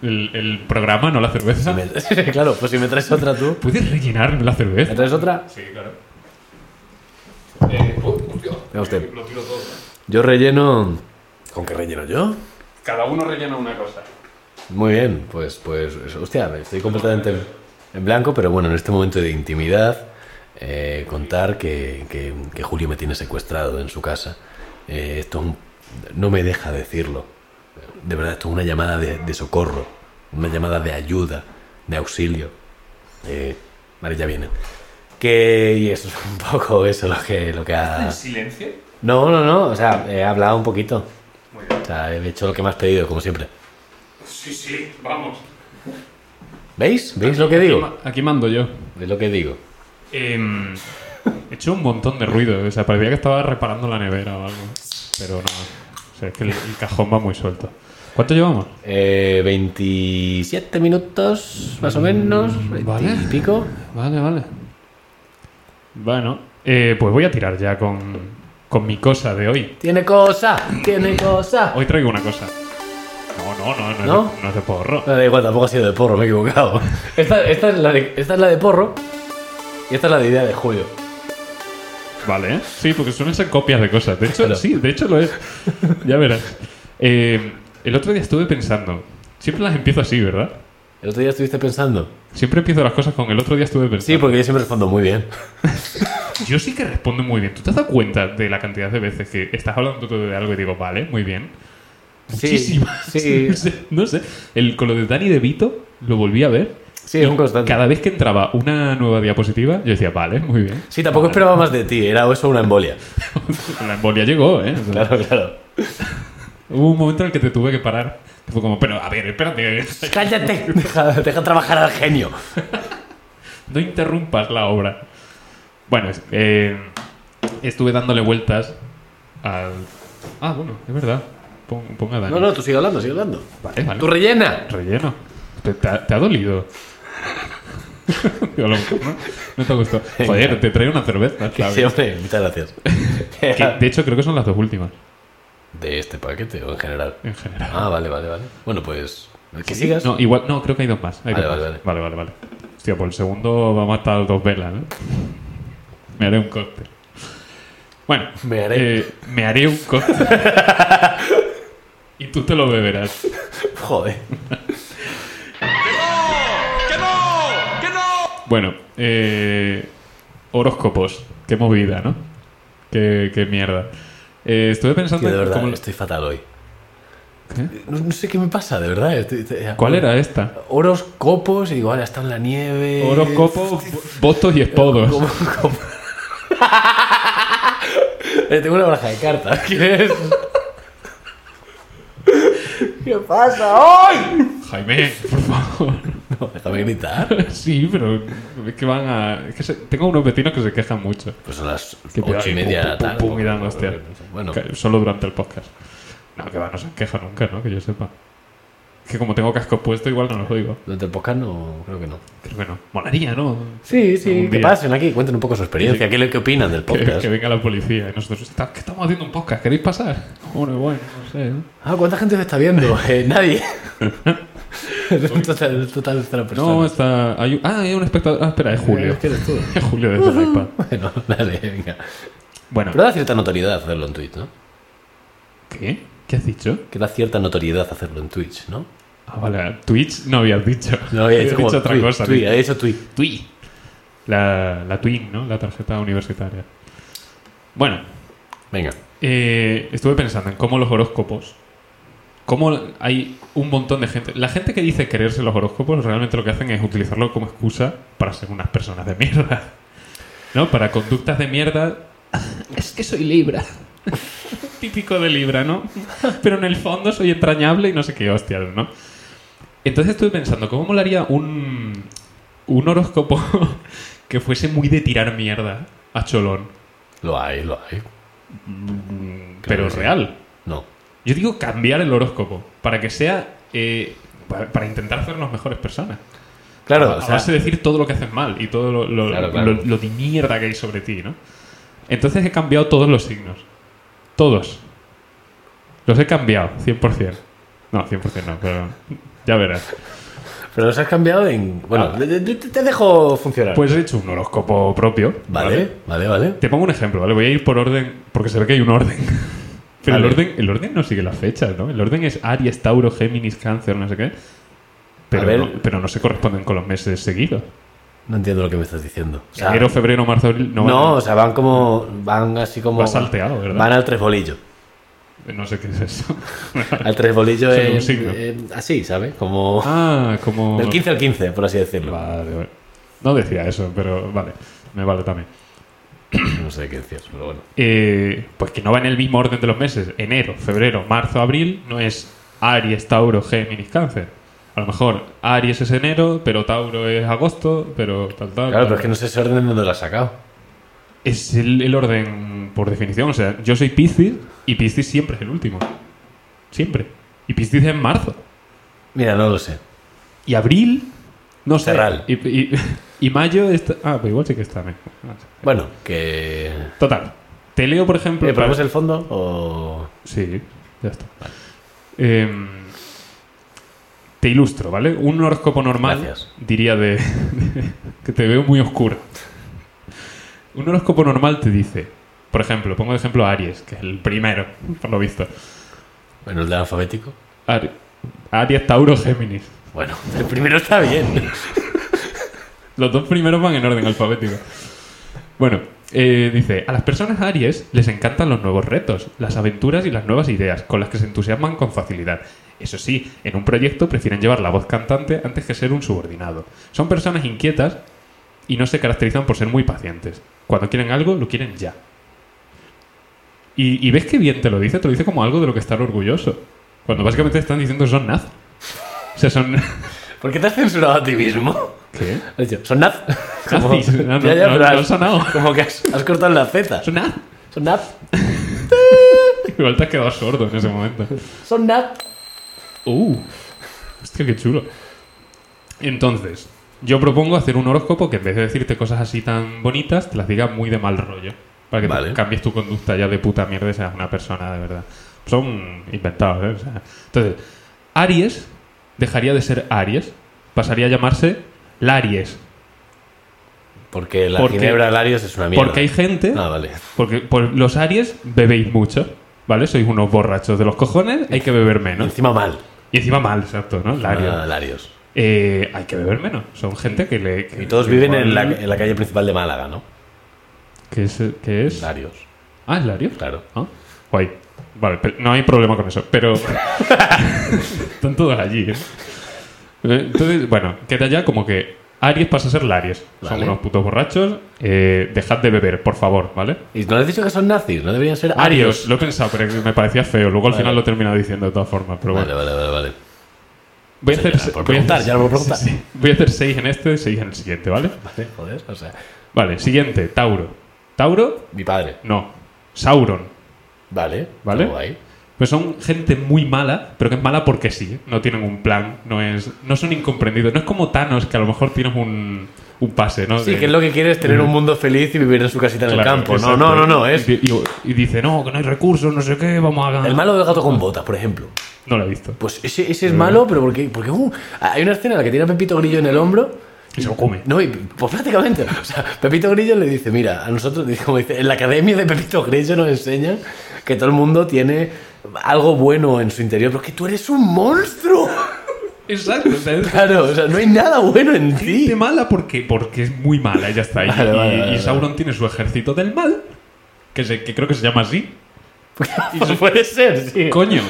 el, el programa, no la cerveza?
Me- claro, pues si me traes otra tú.
¿Puedes rellenar la
¿Me
cerveza?
traes otra?
Sí, claro. Eh, pues,
Venga usted. Yo relleno. ¿Con qué relleno yo?
Cada uno rellena una cosa.
Muy bien, pues, pues, hostia, estoy completamente en blanco, pero bueno, en este momento de intimidad, eh, contar que, que- que Julio me tiene secuestrado en su casa. Eh, esto es un- no me deja decirlo. De verdad, esto es una llamada de, de socorro, una llamada de ayuda, de auxilio. Eh, vale, ya viene. Que, y eso es un poco eso lo que, lo que ha...
¿Silencio?
No, no, no, o sea, he hablado un poquito. O sea, he hecho lo que me has pedido, como siempre.
Sí, sí, vamos.
¿Veis? ¿Veis lo que digo?
Aquí mando yo.
¿Veis lo que digo?
Em, he hecho un montón de ruido. O sea, parecía que estaba reparando la nevera o algo. Pero no. O sea, es que el, el cajón va muy suelto. ¿Cuánto llevamos?
Eh, 27 minutos, más o menos, 20
vale.
y pico.
Vale, vale. Bueno, eh, pues voy a tirar ya con, con mi cosa de hoy.
Tiene cosa, tiene cosa.
Hoy traigo una cosa. No, no, no, no,
¿No?
Es, de, no es de porro.
No, da igual, tampoco ha sido de porro, me he equivocado. Esta, esta es, la de, esta es la de porro y esta es la de idea de Julio.
Vale, ¿eh? Sí, porque suelen ser copias de cosas. De hecho,
Claro.
sí, de hecho lo es. ya verás. Eh, el otro día estuve pensando. Siempre las empiezo así, ¿verdad?
¿El otro día estuviste pensando?
Siempre empiezo las cosas con el otro día estuve pensando.
Sí, porque yo siempre respondo muy bien.
Yo sí que respondo muy bien. ¿Tú te has dado cuenta de la cantidad de veces que estás hablando tú de algo y digo, vale, muy bien?
Sí,
Muchísimas.
sí.
no sé. No sé. El, con lo de Dani De Vito lo volví a ver.
Sí, es un constante.
Cada vez que entraba una nueva diapositiva, yo decía, vale, muy bien.
Sí, tampoco esperaba más de ti, era eso una embolia.
La embolia llegó, ¿eh? O sea,
Claro, claro.
Hubo un momento en el que te tuve que parar. Fue como, pero a ver, espérate,
¡Cállate! Deja, deja trabajar al genio.
no interrumpas la obra. Bueno, es- eh, estuve dándole vueltas al. Ah, bueno, es verdad. Pon, ponga Dani.
No, no, tú sigue hablando, sigue hablando.
Vale, vale.
¡Tú rellena!
Relleno. ¿Te, te ha, te ha dolido? Digo, a lo mejor, ¿no? No te ha gustado. Joder, te traigo una cerveza, ¿sabes?
Sí, hombre, muchas gracias.
Que, de hecho, creo que son las dos últimas,
¿De este paquete o en general?
en general.
Ah, vale, vale, vale. Bueno, pues. Que sigas.
No, igual, no, creo que hay dos más. hay
Vale,
dos
vale,
más. vale, vale, vale. Hostia, por el segundo va a matar dos velas, ¿no? Me haré un cóctel. Bueno,
Me haré.
eh, me haré un cóctel. y tú te lo beberás.
Joder.
Bueno, eh, horóscopos. Qué movida, ¿no? Qué, qué mierda. Eh, estuve
Tío,
pensando
de
en
verdad, este
cómo-
estoy fatal hoy.
¿Qué?
No, no sé qué me pasa, de verdad. estoy- estoy-
¿Eh? ¿Cuál era esta?
Horoscopos, digo, ahora está en la nieve.
Horóscopos, votos y espodos.
¿Cómo- cómo? Eh, Tengo una baraja de cartas. ¿Quieres? ¿Qué pasa ¡Oh! hoy?
Jaime, por favor.
No, déjame gritar.
Sí, pero es que van a. es que se- tengo unos vecinos que se quejan mucho.
Pues son las
Que te
ocho
dan
y media
pum,
de la
pum,
tarde.
pum, y dan hostia.
Bueno,
Que- Solo durante el podcast. No, que va, no se queja nunca, ¿no? Que yo sepa. Que como tengo casco puesto, igual no los oigo.
durante el podcast no, creo que no.
Creo que no. Molaría, ¿no?
Sí,
Algún
Que
día.
pasen aquí, cuenten un poco su experiencia. ¿Qué, qué opinan del
Que,
podcast?
que venga la policía. Y nosotros, "Está- ¿qué estamos haciendo un podcast? ¿Queréis pasar? Bueno, bueno, no sé. ¿no?
Ah, ¿cuánta gente me está viendo? Eh, nadie. un total, un total cero personas.
No, está. Hay, un- ah, hay un espectador. Ah, espera, es
Eh,
Julio.
es que eres tú.
Es Julio desde el iPad.
Bueno, dale, venga.
Bueno,
Pero da cierta notoriedad hacerlo en Twitch, ¿no?
¿qué? ¿Qué has dicho?
Que da cierta notoriedad hacerlo en Twitch, ¿no?
Ah, vale, Twitch no habías dicho.
No había
Habías
dicho, como
otra
tweet,
cosa.
tweet,
dicho.
había dicho tweet.
Tui. La, la Twin, ¿no? La tarjeta universitaria. Bueno,
Venga.
eh, estuve pensando en cómo los horóscopos. Cómo hay un montón de gente. La gente que dice quererse los horóscopos realmente lo que hacen es utilizarlo como excusa para ser unas personas de mierda. ¿No? Para conductas de mierda. Es que soy Libra. Típico de Libra, ¿no? Pero en el fondo soy entrañable y no sé qué hostias, ¿no? Entonces estuve pensando, ¿cómo molaría un, un horóscopo que fuese muy de tirar mierda a Cholón?
Lo hay, lo hay. Mm,
pero
que sí.
real.
No.
Yo digo cambiar el horóscopo para que sea. eh, para, para intentar hacernos mejores personas.
Claro,
a
o sea,
base de decir todo lo que haces mal y todo lo, lo-
Claro, claro.
lo- lo de mierda que hay sobre ti, ¿no? Entonces he cambiado todos los signos. Todos. Los he cambiado, 100%. No, 100% no, pero ya verás.
pero nos has cambiado en... Bueno,
Ah.
te, te- te dejo funcionar.
Pues he hecho un horóscopo propio.
vale, vale, vale.
Te pongo un ejemplo, ¿vale? Voy a ir por orden, porque se ve que hay un orden. Pero el,
Vale.
orden, el orden no sigue las fechas, ¿no? El orden es Aries, Tauro, Géminis, Cáncer, no sé qué. Pero,
A ver.
No, pero no se corresponden con los meses seguidos.
No entiendo lo que me estás diciendo. O sea,
Enero, febrero, marzo, abril. No,
no, o sea, van como... Van así como...
Va salteado, ¿verdad?
Van al tres bolillo.
no sé qué es eso.
Al tres bolillo
Solo un
es...
signo.
así, ¿sabes? Como...
ah, como.
Del 15 al 15, por así decirlo.
Vale, vale. No decía eso, pero vale. Me vale también.
No sé qué decir, pero bueno.
Eh, pues que no va en el mismo orden de los meses. Enero, febrero, marzo, abril no es Aries, Tauro, Géminis, Cáncer. A lo mejor Aries es enero, pero Tauro es agosto, pero tal, tal.
Claro,
tal.
pero es que no sé ese orden de dónde lo has sacado.
Es el, el orden por definición. O sea, yo soy Piscis y Piscis siempre es el último. Siempre. Y Piscis es en marzo.
Mira, no lo sé.
Y abril, no sé.
Terral.
Y, y- y mayo está. Ah, pero igual sí que está. ¿no?
Bueno, que...
Total. Te leo, por ejemplo.
Eh, ¿Probamos
para-
el fondo o...?
Sí, ya está. Em, te ilustro, ¿vale? Un horóscopo normal
Gracias.
diría de... que te veo muy oscuro. Un horóscopo normal te dice, por ejemplo, pongo de ejemplo a Aries, que es el primero, por lo visto.
Bueno, el de alfabético.
Ari- Aries, Tauro, Géminis.
Bueno, el primero está bien.
Los dos primeros van en orden alfabético. Bueno, eh, dice, a las personas Aries les encantan los nuevos retos, las aventuras y las nuevas ideas, con las que se entusiasman con facilidad. Eso sí, en un proyecto prefieren llevar la voz cantante antes que ser un subordinado. Son personas inquietas y no se caracterizan por ser muy pacientes. Cuando quieren algo, lo quieren ya. Y, y ves que bien te lo dice, te lo dice como algo de lo que estar orgulloso. Cuando básicamente te están diciendo que son naz. O sea, son...
¿Por qué te has censurado a ti mismo?
¿Qué?
Has dicho, son naz. Como-
Nazis. No, no,
Ya, ya,
no,
pero
no
has-
he sonado.
Como que has, has cortado la Z.
Son naz.
Son naz.
Igual te has quedado sordo en ese momento.
Son naz.
Uh, hostia, qué chulo. Entonces, yo propongo hacer un horóscopo que en vez de decirte cosas así tan bonitas, te las diga muy de mal rollo. Para que
Vale.
te cambies tu conducta ya de puta mierda y seas una persona de verdad. Son inventados, ¿eh? O sea, entonces, Aries dejaría de ser Aries, pasaría a llamarse Laries.
Porque la
Porque-
ginebra Larios es una mierda.
Porque hay gente
Ah, vale.
Porque por los Aries bebéis mucho, ¿vale? Sois unos borrachos de los cojones, hay que beber
Y
menos.
encima mal.
Y encima mal, exacto, ¿no? Lario.
Ah, Larios.
Eh, hay que beber menos. Son gente que le... que-
Y todos
que
viven
igual-
en la, en la calle principal de Málaga, ¿no?
¿Qué es? qué es?
Larios.
Ah, es Lario.
Claro.
Ah, guay. Vale, pero no hay problema con eso, pero... Están todos allí, ¿eh? Eh, Entonces, bueno, queda ya como que Aries pasa a ser Laries. Son
Vale.
unos putos borrachos. Eh, dejad de beber, por favor, ¿vale?
Y no has dicho que son nazis, no deberían ser
Arios,
arios.
lo he pensado, pero me parecía feo. Luego al
Vale.
final lo he terminado diciendo de todas formas, pero
Vale,
bueno.
vale, vale, vale.
Voy a
Pues ya
hacer, voy
era por
a hacer-
preguntar, ya era por preguntar.
Sí, sí. Voy a hacer seis en este y seis en el siguiente, ¿vale?
Vale, joder, o sea.
Vale, siguiente, Tauro. Tauro,
Mi padre.
no. Sauron.
Vale.
Vale.
está guay.
Pues son gente muy mala, pero que es mala porque sí. No tienen un plan, no es no son incomprendidos. No es como Thanos, que a lo mejor tienes un, un pase, ¿no?
Sí,
De-
que es lo que quiere es tener un mundo feliz y vivir en su casita en el
Claro,
campo. No,
exacto.
no, no, no. Es
Y, y- y dice, no, que no hay recursos, no sé qué, vamos a ganar.
el malo del gato con botas, por ejemplo.
No lo he visto.
Pues ese,
Mm.
ese es malo, pero porque, porque uh, hay una escena en la que tiene a Pepito Grillo en el hombro.
Y se lo come.
No, y, pues prácticamente. O sea, Pepito Grillo le dice, mira, a nosotros, como dice, en la academia de Pepito Grillo nos enseñan que todo el mundo tiene algo bueno en su interior, pero es que tú eres un monstruo.
Exacto, o sea, es-
Claro, o sea, no hay nada bueno en
Gente
ti.
mala porque, porque es muy mala, ya está. Y,
Vale, vale,
y-
vale,
y
vale.
Sauron tiene su ejército del mal, que, se- que creo que se llama así.
Pues puede ser, sí.
Coño.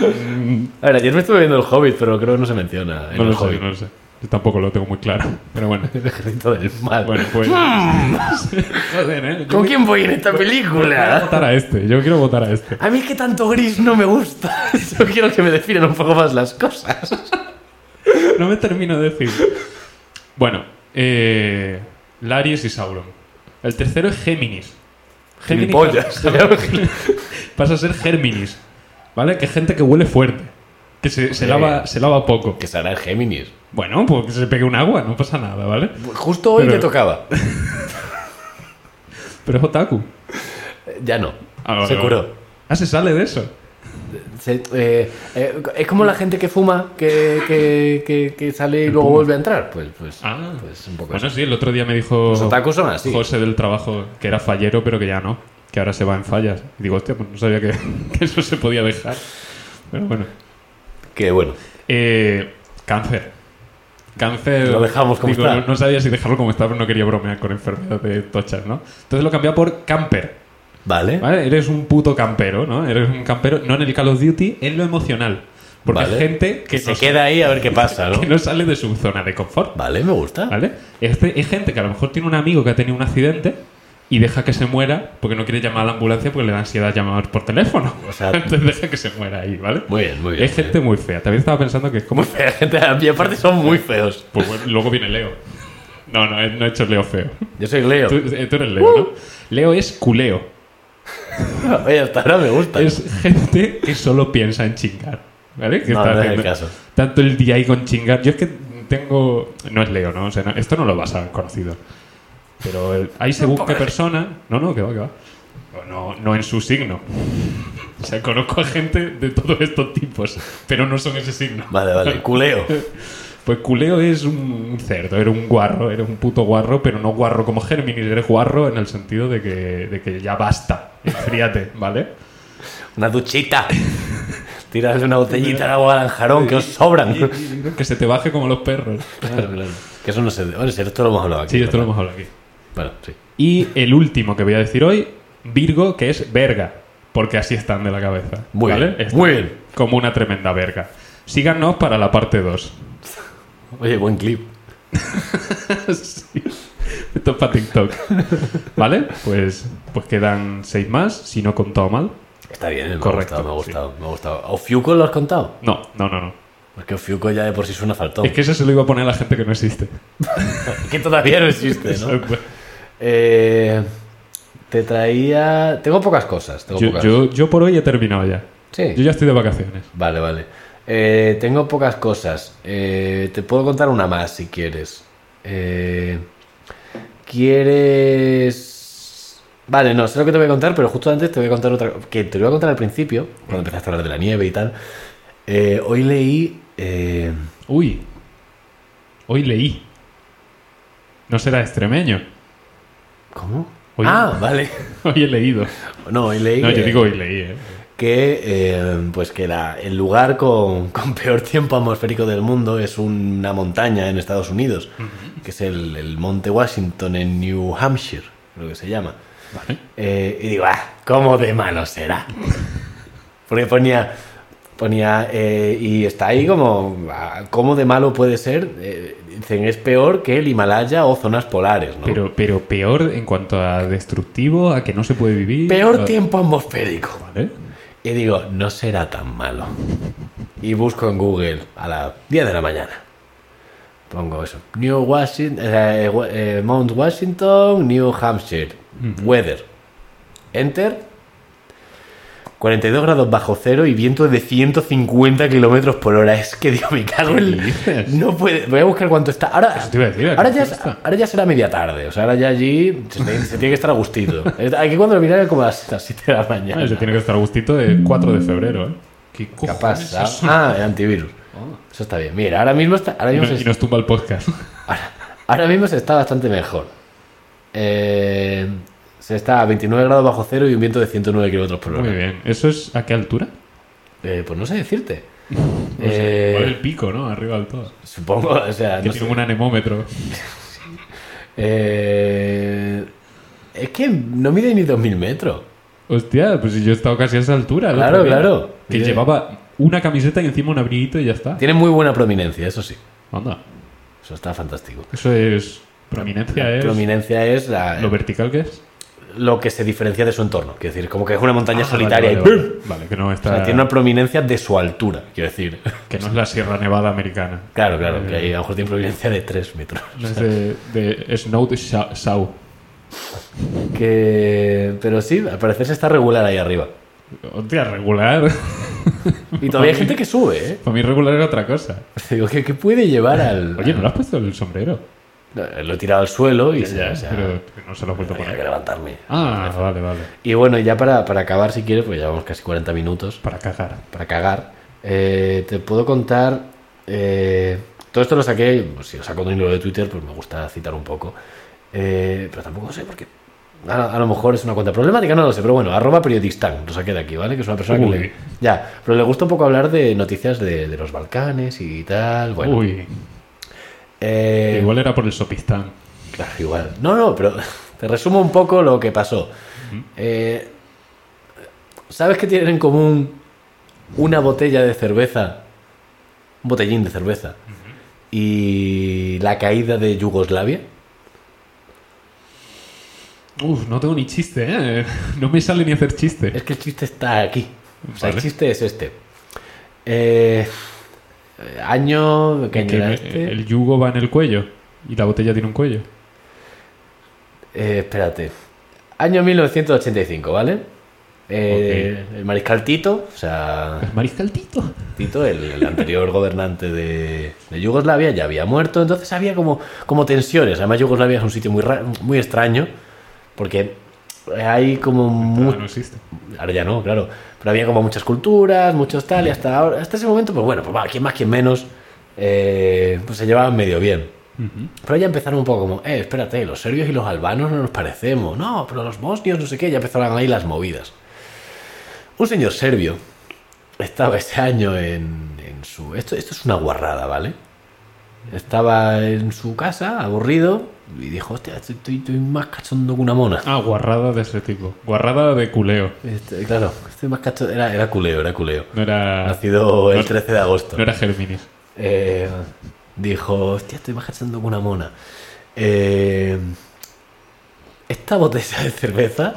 A ver, ayer me estuve viendo el Hobbit, pero creo que no se menciona. en
No
el
lo sé,
Hobbit.
no lo sé. Yo tampoco lo tengo muy claro. Pero bueno.
El ejército del mal.
Bueno, pues. Joder, ¿eh? Yo
¿Con
voy-
quién voy en esta
quiero
película?
votar a este. Yo quiero votar a este.
A mí es que tanto gris no me gusta. Yo quiero que me definan un poco más las cosas.
No me termino de decir. Bueno, eh, Larius y Sauron. El tercero es Géminis.
Gilipollas.
pasa a ser Géminis. ¿Vale? Que gente que huele fuerte. Que se, se
Sí.
lava, se lava poco.
que será el Géminis.
Bueno, pues que se pegue un agua, no pasa nada, ¿vale?
Justo hoy
Pero-
te tocaba.
Pero es otaku.
Ya no.
Ah, vale,
se
vale.
curó.
Ah, se sale de eso.
Pues, Se- eh, eh, es como la gente que fuma, que, que, que, que sale y luego vuelve a entrar. Pues, pues,
Ah.
pues un poco
Bueno,
así.
sí, el otro día me dijo
Los otakus son así.
José del trabajo que era fallero, pero que ya no. Que ahora se va en fallas. Y digo, hostia, pues no sabía que, que eso se podía dejar. Pero bueno.
Que bueno.
Eh, cáncer. Cáncer.
Lo dejamos como
digo,
está.
No, no sabía si dejarlo como está, pero no quería bromear con enfermedad de tochas, ¿no? Entonces lo cambié por camper.
Vale.
¿Vale? Eres un puto campero, ¿no? Eres un campero, no en el Call of Duty, en lo emocional. Porque
Vale.
hay gente que,
se
no,
queda ahí a ver qué pasa, ¿no?
que no sale de su zona de confort.
Vale, me gusta.
¿Vale? Este, hay gente que a lo mejor tiene un amigo que ha tenido un accidente y deja que se muera porque no quiere llamar a la ambulancia porque le da ansiedad llamar por teléfono.
O sea,
Entonces deja que se muera ahí, ¿vale?
Muy ¿eh? bien, muy bien.
es gente muy fea. También estaba pensando que es como...
La gente, a mí aparte son muy feos.
Pues bueno, luego viene Leo. No, no, eh, no he hecho Leo feo.
Yo soy Leo.
Tú, eh, tú eres Leo, ¿no? Leo es culeo.
Oye, hasta ahora Ah, me gusta.
Es gente que solo piensa en chingar. ¿Vale? Que
No,
está
no es el
haciendo
caso.
Tanto el día ahí con chingar. Yo es que tengo. No es Leo, ¿no? O sea, no- esto no lo vas a haber conocido. Pero el- ahí según qué persona. No, no, que va, que va. O No, no en su signo. O sea, conozco a gente de todos estos tipos, pero no son ese signo.
Vale, vale. Culeo.
Pues culeo es un un cerdo, era un guarro, era un puto guarro, pero no guarro como Géminis, eres guarro en el sentido de que, de que ya basta, enfríate, ¿vale?
Una duchita. Tirarle una botellita de agua al jarón que os sobran.
Y- y- que se te baje como los perros.
Claro, claro. Que eso no se. Bueno, sí, esto lo hemos hablado aquí.
Sí, esto lo hemos hablado aquí.
Bueno, sí.
Y el último que voy a decir hoy, Virgo, que es verga, porque así están de la cabeza.
Muy
¿vale?
bien,
Están
muy bien.
Como una tremenda verga. Síganos para la parte 2.
Oye, buen clip.
Sí. Esto es para TikTok. ¿Vale? Pues, pues quedan seis más, si no he contado mal.
Está bien, me
Correcto,
ha gustado, me ha gustado, me ha gustado. ¿Ofiuco lo has contado?
No, no, no, no.
Porque Ofiuco ya de por sí suena faltón.
Es que eso se lo iba a poner a la gente que no existe.
que todavía no existe, ¿no?
Exacto.
Eh, te traía... Tengo pocas cosas. Tengo
Yo,
pocas.
yo, yo por hoy he terminado ya.
Sí.
Yo ya estoy de vacaciones.
Vale, vale. Eh, tengo pocas cosas. Eh, te puedo contar una más si quieres. Eh, ¿Quieres...? Vale, no, sé lo que te voy a contar, pero justo antes te voy a contar otra... Que te lo iba a contar al principio, cuando empezaste a hablar de la nieve y tal. Eh, hoy leí... eh,
Uy. Hoy leí. No será extremeño.
¿Cómo?
Hoy-
Ah, vale.
Hoy he leído.
No, hoy leí...
No,
que-
yo digo hoy leí, ¿eh?
que eh, pues que la- el lugar con, con peor tiempo atmosférico del mundo es una montaña en Estados Unidos, que es el, el Monte Washington en New Hampshire, creo que se llama.
Vale.
Eh, y digo, ah, ¿cómo de malo será? Porque ponía, ponía, eh, y está ahí como, ah, ¿cómo de malo puede ser? Eh, dicen, es peor que el Himalaya o zonas polares, ¿no?
Pero, pero peor en cuanto a destructivo, a que no se puede vivir.
peor
a-
tiempo atmosférico.
Vale.
Y digo, no será tan malo. Y busco en Google a las 10 de la mañana. Pongo eso. New Washington, eh, Mount Washington, New Hampshire. Weather. Enter. 42 grados bajo cero y viento de 150 kilómetros por hora. Es que digo, me cago en...
¿Qué dices?
No puede... Voy a buscar cuánto está. Ahora,
Eso te iba a decir, ¿a
ahora,
qué
ya,
hora está?
ahora ya será media tarde. O sea, ahora ya allí se, tiene- se tiene que estar a gustito. Aquí cuando lo mirara como a las 7 de la mañana.
Ah, se tiene que estar a gustito de 4 de febrero, ¿eh? ¿Qué cojones
Capaz. ah,
es eso?
Ah, el antivirus. Eso está bien. Mira, ahora mismo está, ahora
Y,
mismo
no-
se-
y nos tumba el podcast.
ahora- ahora mismo se está bastante mejor. Eh, se está a 29 grados bajo cero y un viento de 109 kilómetros por hora.
Muy bien. ¿Eso es a qué altura?
Eh, pues no sé decirte.
No sé,
Eh,
igual el pico, ¿no? Arriba del todo.
Supongo, o sea,
Que
no
tiene
sé.
un anemómetro.
Eh, es que no mide ni 2000 metros.
Hostia, pues si yo he estado casi a esa altura. el
Claro,
otro día.
claro.
Que
Mire.
llevaba una camiseta y encima un abriguito y ya está.
Tiene muy buena prominencia, eso sí.
Anda.
Eso está fantástico.
Eso es. Prominencia es.
Prominencia es la-
Lo vertical que es.
lo que se diferencia de su entorno. Quiero decir, como que es una montaña
Ah,
solitaria
Vale,
y
vale, vale. Vale, que no
O
está.
sea, tiene una prominencia de su altura, quiero decir.
Que no es la Sierra Nevada americana.
Claro, claro,
Eh,
que ahí a lo mejor tiene prominencia de 3 metros.
No es de, de Snow Shaw.
Que... Pero sí, al parecer se está regular ahí arriba.
Hostia, regular.
Y todavía hay gente que sube, ¿eh?
Para mí regular era otra cosa.
Digo, ¿qué, qué puede llevar al...?
Oye, ¿no le has puesto el sombrero?
No, Lo he tirado al suelo y se, o sea,
pero no se lo has vuelto a
tenía que
poner.
levantarme.
Ah, vale, vale.
Y bueno, ya para, para acabar, si quieres, porque llevamos casi 40 minutos
Para cagar.
para cagar, eh, te puedo contar... eh, todo esto lo saqué, pues, si lo saco de un hilo de Twitter, pues me gusta citar un poco. Eh, pero tampoco sé por qué. A, a lo mejor es una cuenta problemática, no lo sé, pero bueno, arroba periodistán, lo saqué de aquí, ¿vale? Que es una persona
Uy.
que le... Ya, pero le gusta un poco hablar de noticias de, de los Balcanes y tal, bueno.
Uy,
Eh,
igual era por el Sopistán.
Claro, igual. No, no, pero te resumo un poco lo que pasó. Eh, ¿Sabes que tienen en común una botella de cerveza? Un botellín de cerveza. Y la caída de Yugoslavia.
Uf, no tengo ni chiste, ¿eh? No me sale ni hacer chiste.
Es que el chiste está aquí. O sea, el
Vale.
chiste es este. Eh, eh, año. ¿Qué año
Que
era
me-
este?
el yugo va en el cuello y la botella tiene un cuello.
Eh, espérate. Año 1985, ¿vale? Eh, El mariscal Tito, o sea,
El mariscal Tito.
Tito, el, el anterior gobernante de, de Yugoslavia, ya había muerto, entonces había como, como tensiones. Además, Yugoslavia es un sitio muy, ra- muy extraño, porque hay como
Ah,
mu-
no existe.
Ahora ya no, claro. Pero había como muchas culturas, muchos tal, y hasta ahora, hasta ese momento, pues bueno, pues va, quien más, quien menos, eh, pues se llevaban medio bien. Pero ya empezaron un poco como, eh, espérate, los serbios y los albanos no nos parecemos, no, pero los bosnios, no sé qué, ya empezaron ahí las movidas. Un señor serbio estaba ese año en, en su... Esto, esto es una guarrada, ¿vale? Estaba en su casa, aburrido, y dijo, hostia, estoy, estoy- estoy más cachondo que una mona.
Ah, guarrada de ese tipo. Guarrada de culeo.
Este, claro, estoy más cachondo. Era, era culeo, era culeo.
No era, No-
Nacido el 13 de agosto.
no era Géminis.
Eh, dijo, hostia, estoy más cachondo que una mona. Eh, esta botella de cerveza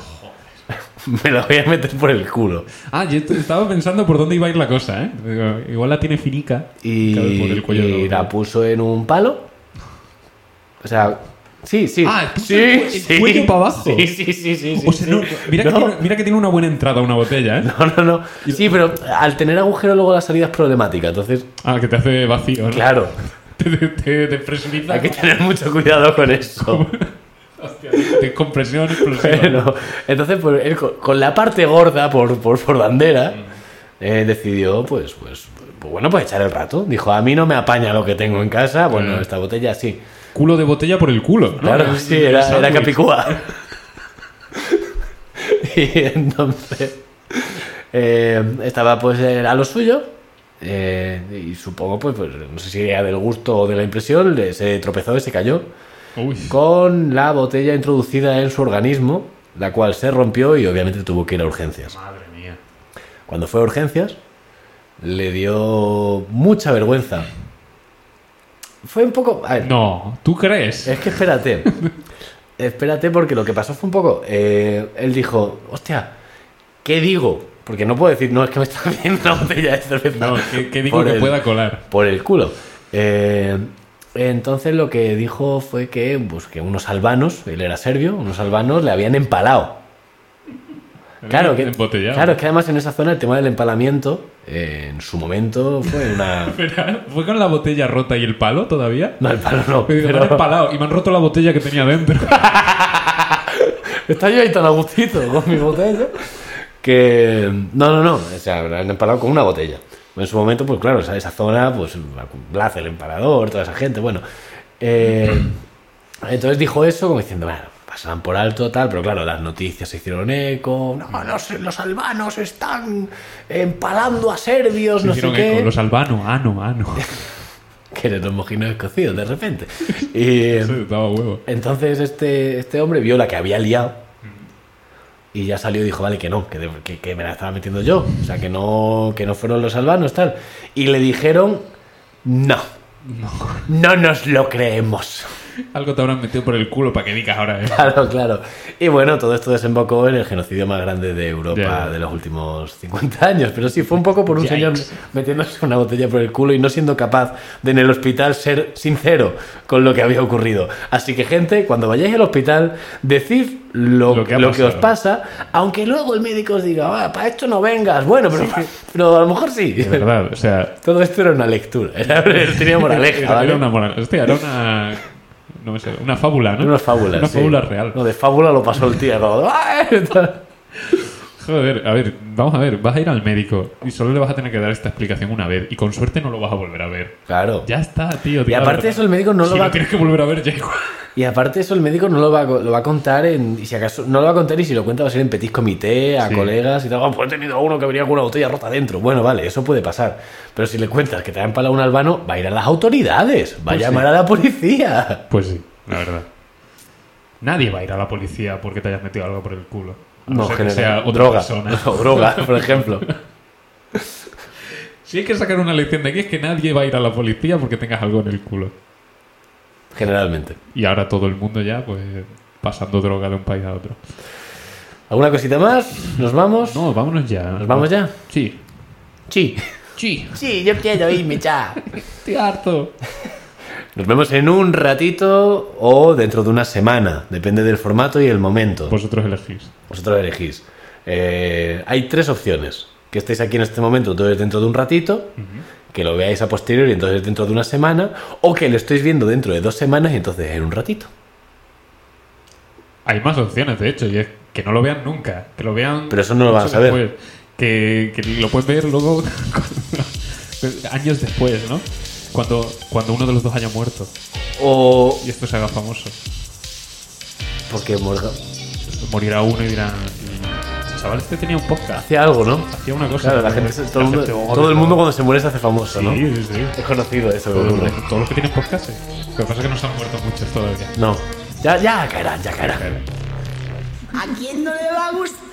me la voy a meter por el culo.
Ah, yo te- estaba pensando por dónde iba a ir la cosa, ¿eh? Digo, Igual la tiene finica.
Y,
Claro, por el cuello
y
de la botella.
la puso en un palo. O sea, sí, sí.
Ah, puso
sí,
el cue- el cuello para abajo.
Sí, sí, sí, sí. sí,
O sea,
sí.
no, mira, Que
No,
tiene, mira que tiene una buena entrada una botella, ¿eh?
no, no, no. Sí, pero al tener agujero luego la salida es problemática. Entonces,
Ah, que te hace vacío, ¿no?
claro,
Te, te, te- te presioniza.
hay que tener mucho cuidado con eso.
Hostia, te- te compresión, explosión.
Pero, entonces, pues, él con, con la parte gorda por, por, por bandera, eh, decidió, pues, pues, pues, bueno, pues echar el rato. Dijo, a mí no me apaña lo que tengo en casa. Bueno,
Mm.
esta botella sí.
Culo de botella por el culo. ¿no?
Claro,
Es-
sí,
es
era, era
sándwich.
Capicúa. y entonces eh, estaba pues él a lo suyo. eh, y supongo, pues, pues, no sé si era del gusto o de la impresión, le- se tropezó y se cayó
Uy.
con la botella introducida en su organismo, la cual se rompió y obviamente tuvo que ir a urgencias.
Madre mía.
Cuando fue a urgencias, le dio mucha vergüenza. Fue un poco. a ver,
No, ¿tú crees?
es que espérate. espérate, porque lo que pasó fue un poco. eh, él dijo, hostia, ¿qué digo? Porque no puedo decir, no, es que me está viendo una botella de cerveza.
No, que, que digo
Por
que
el-
pueda colar.
Por el culo. Eh, entonces lo que dijo fue que, pues, que unos albanos, él era serbio, unos albanos le habían empalado. Claro, que,
Embotellado.
claro, es que además en esa zona el tema del empalamiento, eh, en su momento fue una...
Espera, ¿Fue con la botella rota y el palo todavía?
No, el palo no.
Me digo, me han
Pero
empalado y me han roto la botella que tenía dentro.
está yo ahí tan a gustito con mi botella. Que... No, no, no. O sea, lo han empalado con una botella. En su momento, pues claro, esa, esa zona, pues Blaze, el empalador, toda esa gente, bueno. Eh, entonces dijo eso como diciendo, bueno, pasarán por alto, tal, pero claro, las noticias se hicieron eco. No, los, los albanos están empalando a serbios,
Se
no sé
hicieron
qué.
eco, los albanos, ano, ano.
que eres los mojinos escocidos de repente. Y
Eso estaba huevo.
entonces este, este hombre vio la que había liado y ya salió y dijo, vale, que no, que, de- que- que me la estaba metiendo yo. O sea, que no, que no fueron los albanos, tal. Y le dijeron, no, no nos lo creemos.
Algo te habrán metido por el culo para que digas ahora, eh.
Claro, claro. Y bueno, todo esto desembocó en el genocidio más grande de Europa
Ya.
de los últimos 50 años. Pero sí, fue un poco por un señor
Yikes.
metiéndose una botella por el culo y no siendo capaz de en el hospital ser sincero con lo que había ocurrido. Así que, gente, cuando vayáis al hospital, decid lo,
Lo
lo,
que ha
que, os
pasado.
pasa, aunque luego el médico os diga, "Ah, para esto no vengas. Bueno, pero, pero a lo mejor sí.
De verdad, o sea,
Todo esto era una lectura, era, tenía moraleja.
era,
¿vale?
era una moral. Hostia, era una. No me sé, una fábula, ¿no?
Una fábula.
Una
sí.
fábula real.
No, de fábula lo pasó el tío. como, "Ah, eh", tal.
Joder, a ver, vamos a ver, vas a ir al médico y solo le vas a tener que dar esta explicación una vez y con suerte no lo vas a volver a ver.
Claro.
Ya está, tío.
Y aparte eso el médico no
si
lo va
lo tienes que volver a ver, ya igual.
y aparte eso el médico no lo va a, co- lo va a contar en y si acaso no lo va a contar y si lo cuenta va a ser en petit comité a
Sí.
colegas y tal. "Ah, pues he tenido a uno que venía con una botella rota dentro. Bueno, vale, eso puede pasar. Pero si le cuentas que te ha empalado un albano, va a ir a las autoridades, va
Pues
a
sí.
llamar a la policía.
Pues sí, la verdad. Nadie va a ir a la policía porque te hayas metido algo por el culo. A no, ser que
general.
sea otra
droga
persona.
o droga, por ejemplo.
Si hay que sacar una lección de aquí es que nadie va a ir a la policía porque tengas algo en el culo.
Generalmente.
Y ahora todo el mundo ya, pues, pasando droga de un país a otro.
¿Alguna cosita más? ¿Nos vamos?
No, vámonos ya.
¿Nos vamos ya?
Sí.
Sí.
Sí.
Sí, yo quiero irme ya.
Estoy harto.
Nos vemos en un ratito o dentro de una semana, depende del formato y el momento.
Vosotros elegís.
Vosotros elegís. Eh, hay tres opciones. Que estéis aquí en este momento, entonces dentro de un ratito, que lo veáis a posteriori, entonces dentro de una semana, o que lo estéis viendo dentro de dos semanas y entonces en un ratito.
Hay más opciones, de hecho, y es que no lo vean nunca. Que lo vean.
Pero eso no lo van a
mucho
saber.
después. Que, que lo puedes ver luego. años después, ¿no? Cuando, cuando uno de los dos haya muerto.
O
Y esto se haga famoso.
porque Morgan
Morirá uno y dirán. Chaval, este tenía un podcast.
hace algo, ¿no?
Hacía una cosa.
Claro, la gente,
La
todo, el mundo,
gente, oh,
todo el
no.
mundo cuando se muere se hace famoso, ¿no?
Sí, sí, sí.
Es conocido eso que
Todo el
ocurre.
mundo- Todos los que tienen podcast. sí. Lo que pasa es que no se han muerto muchos todavía.
No, Ya, ya caerán, ya caerán.
¿A quién no le va a gustar?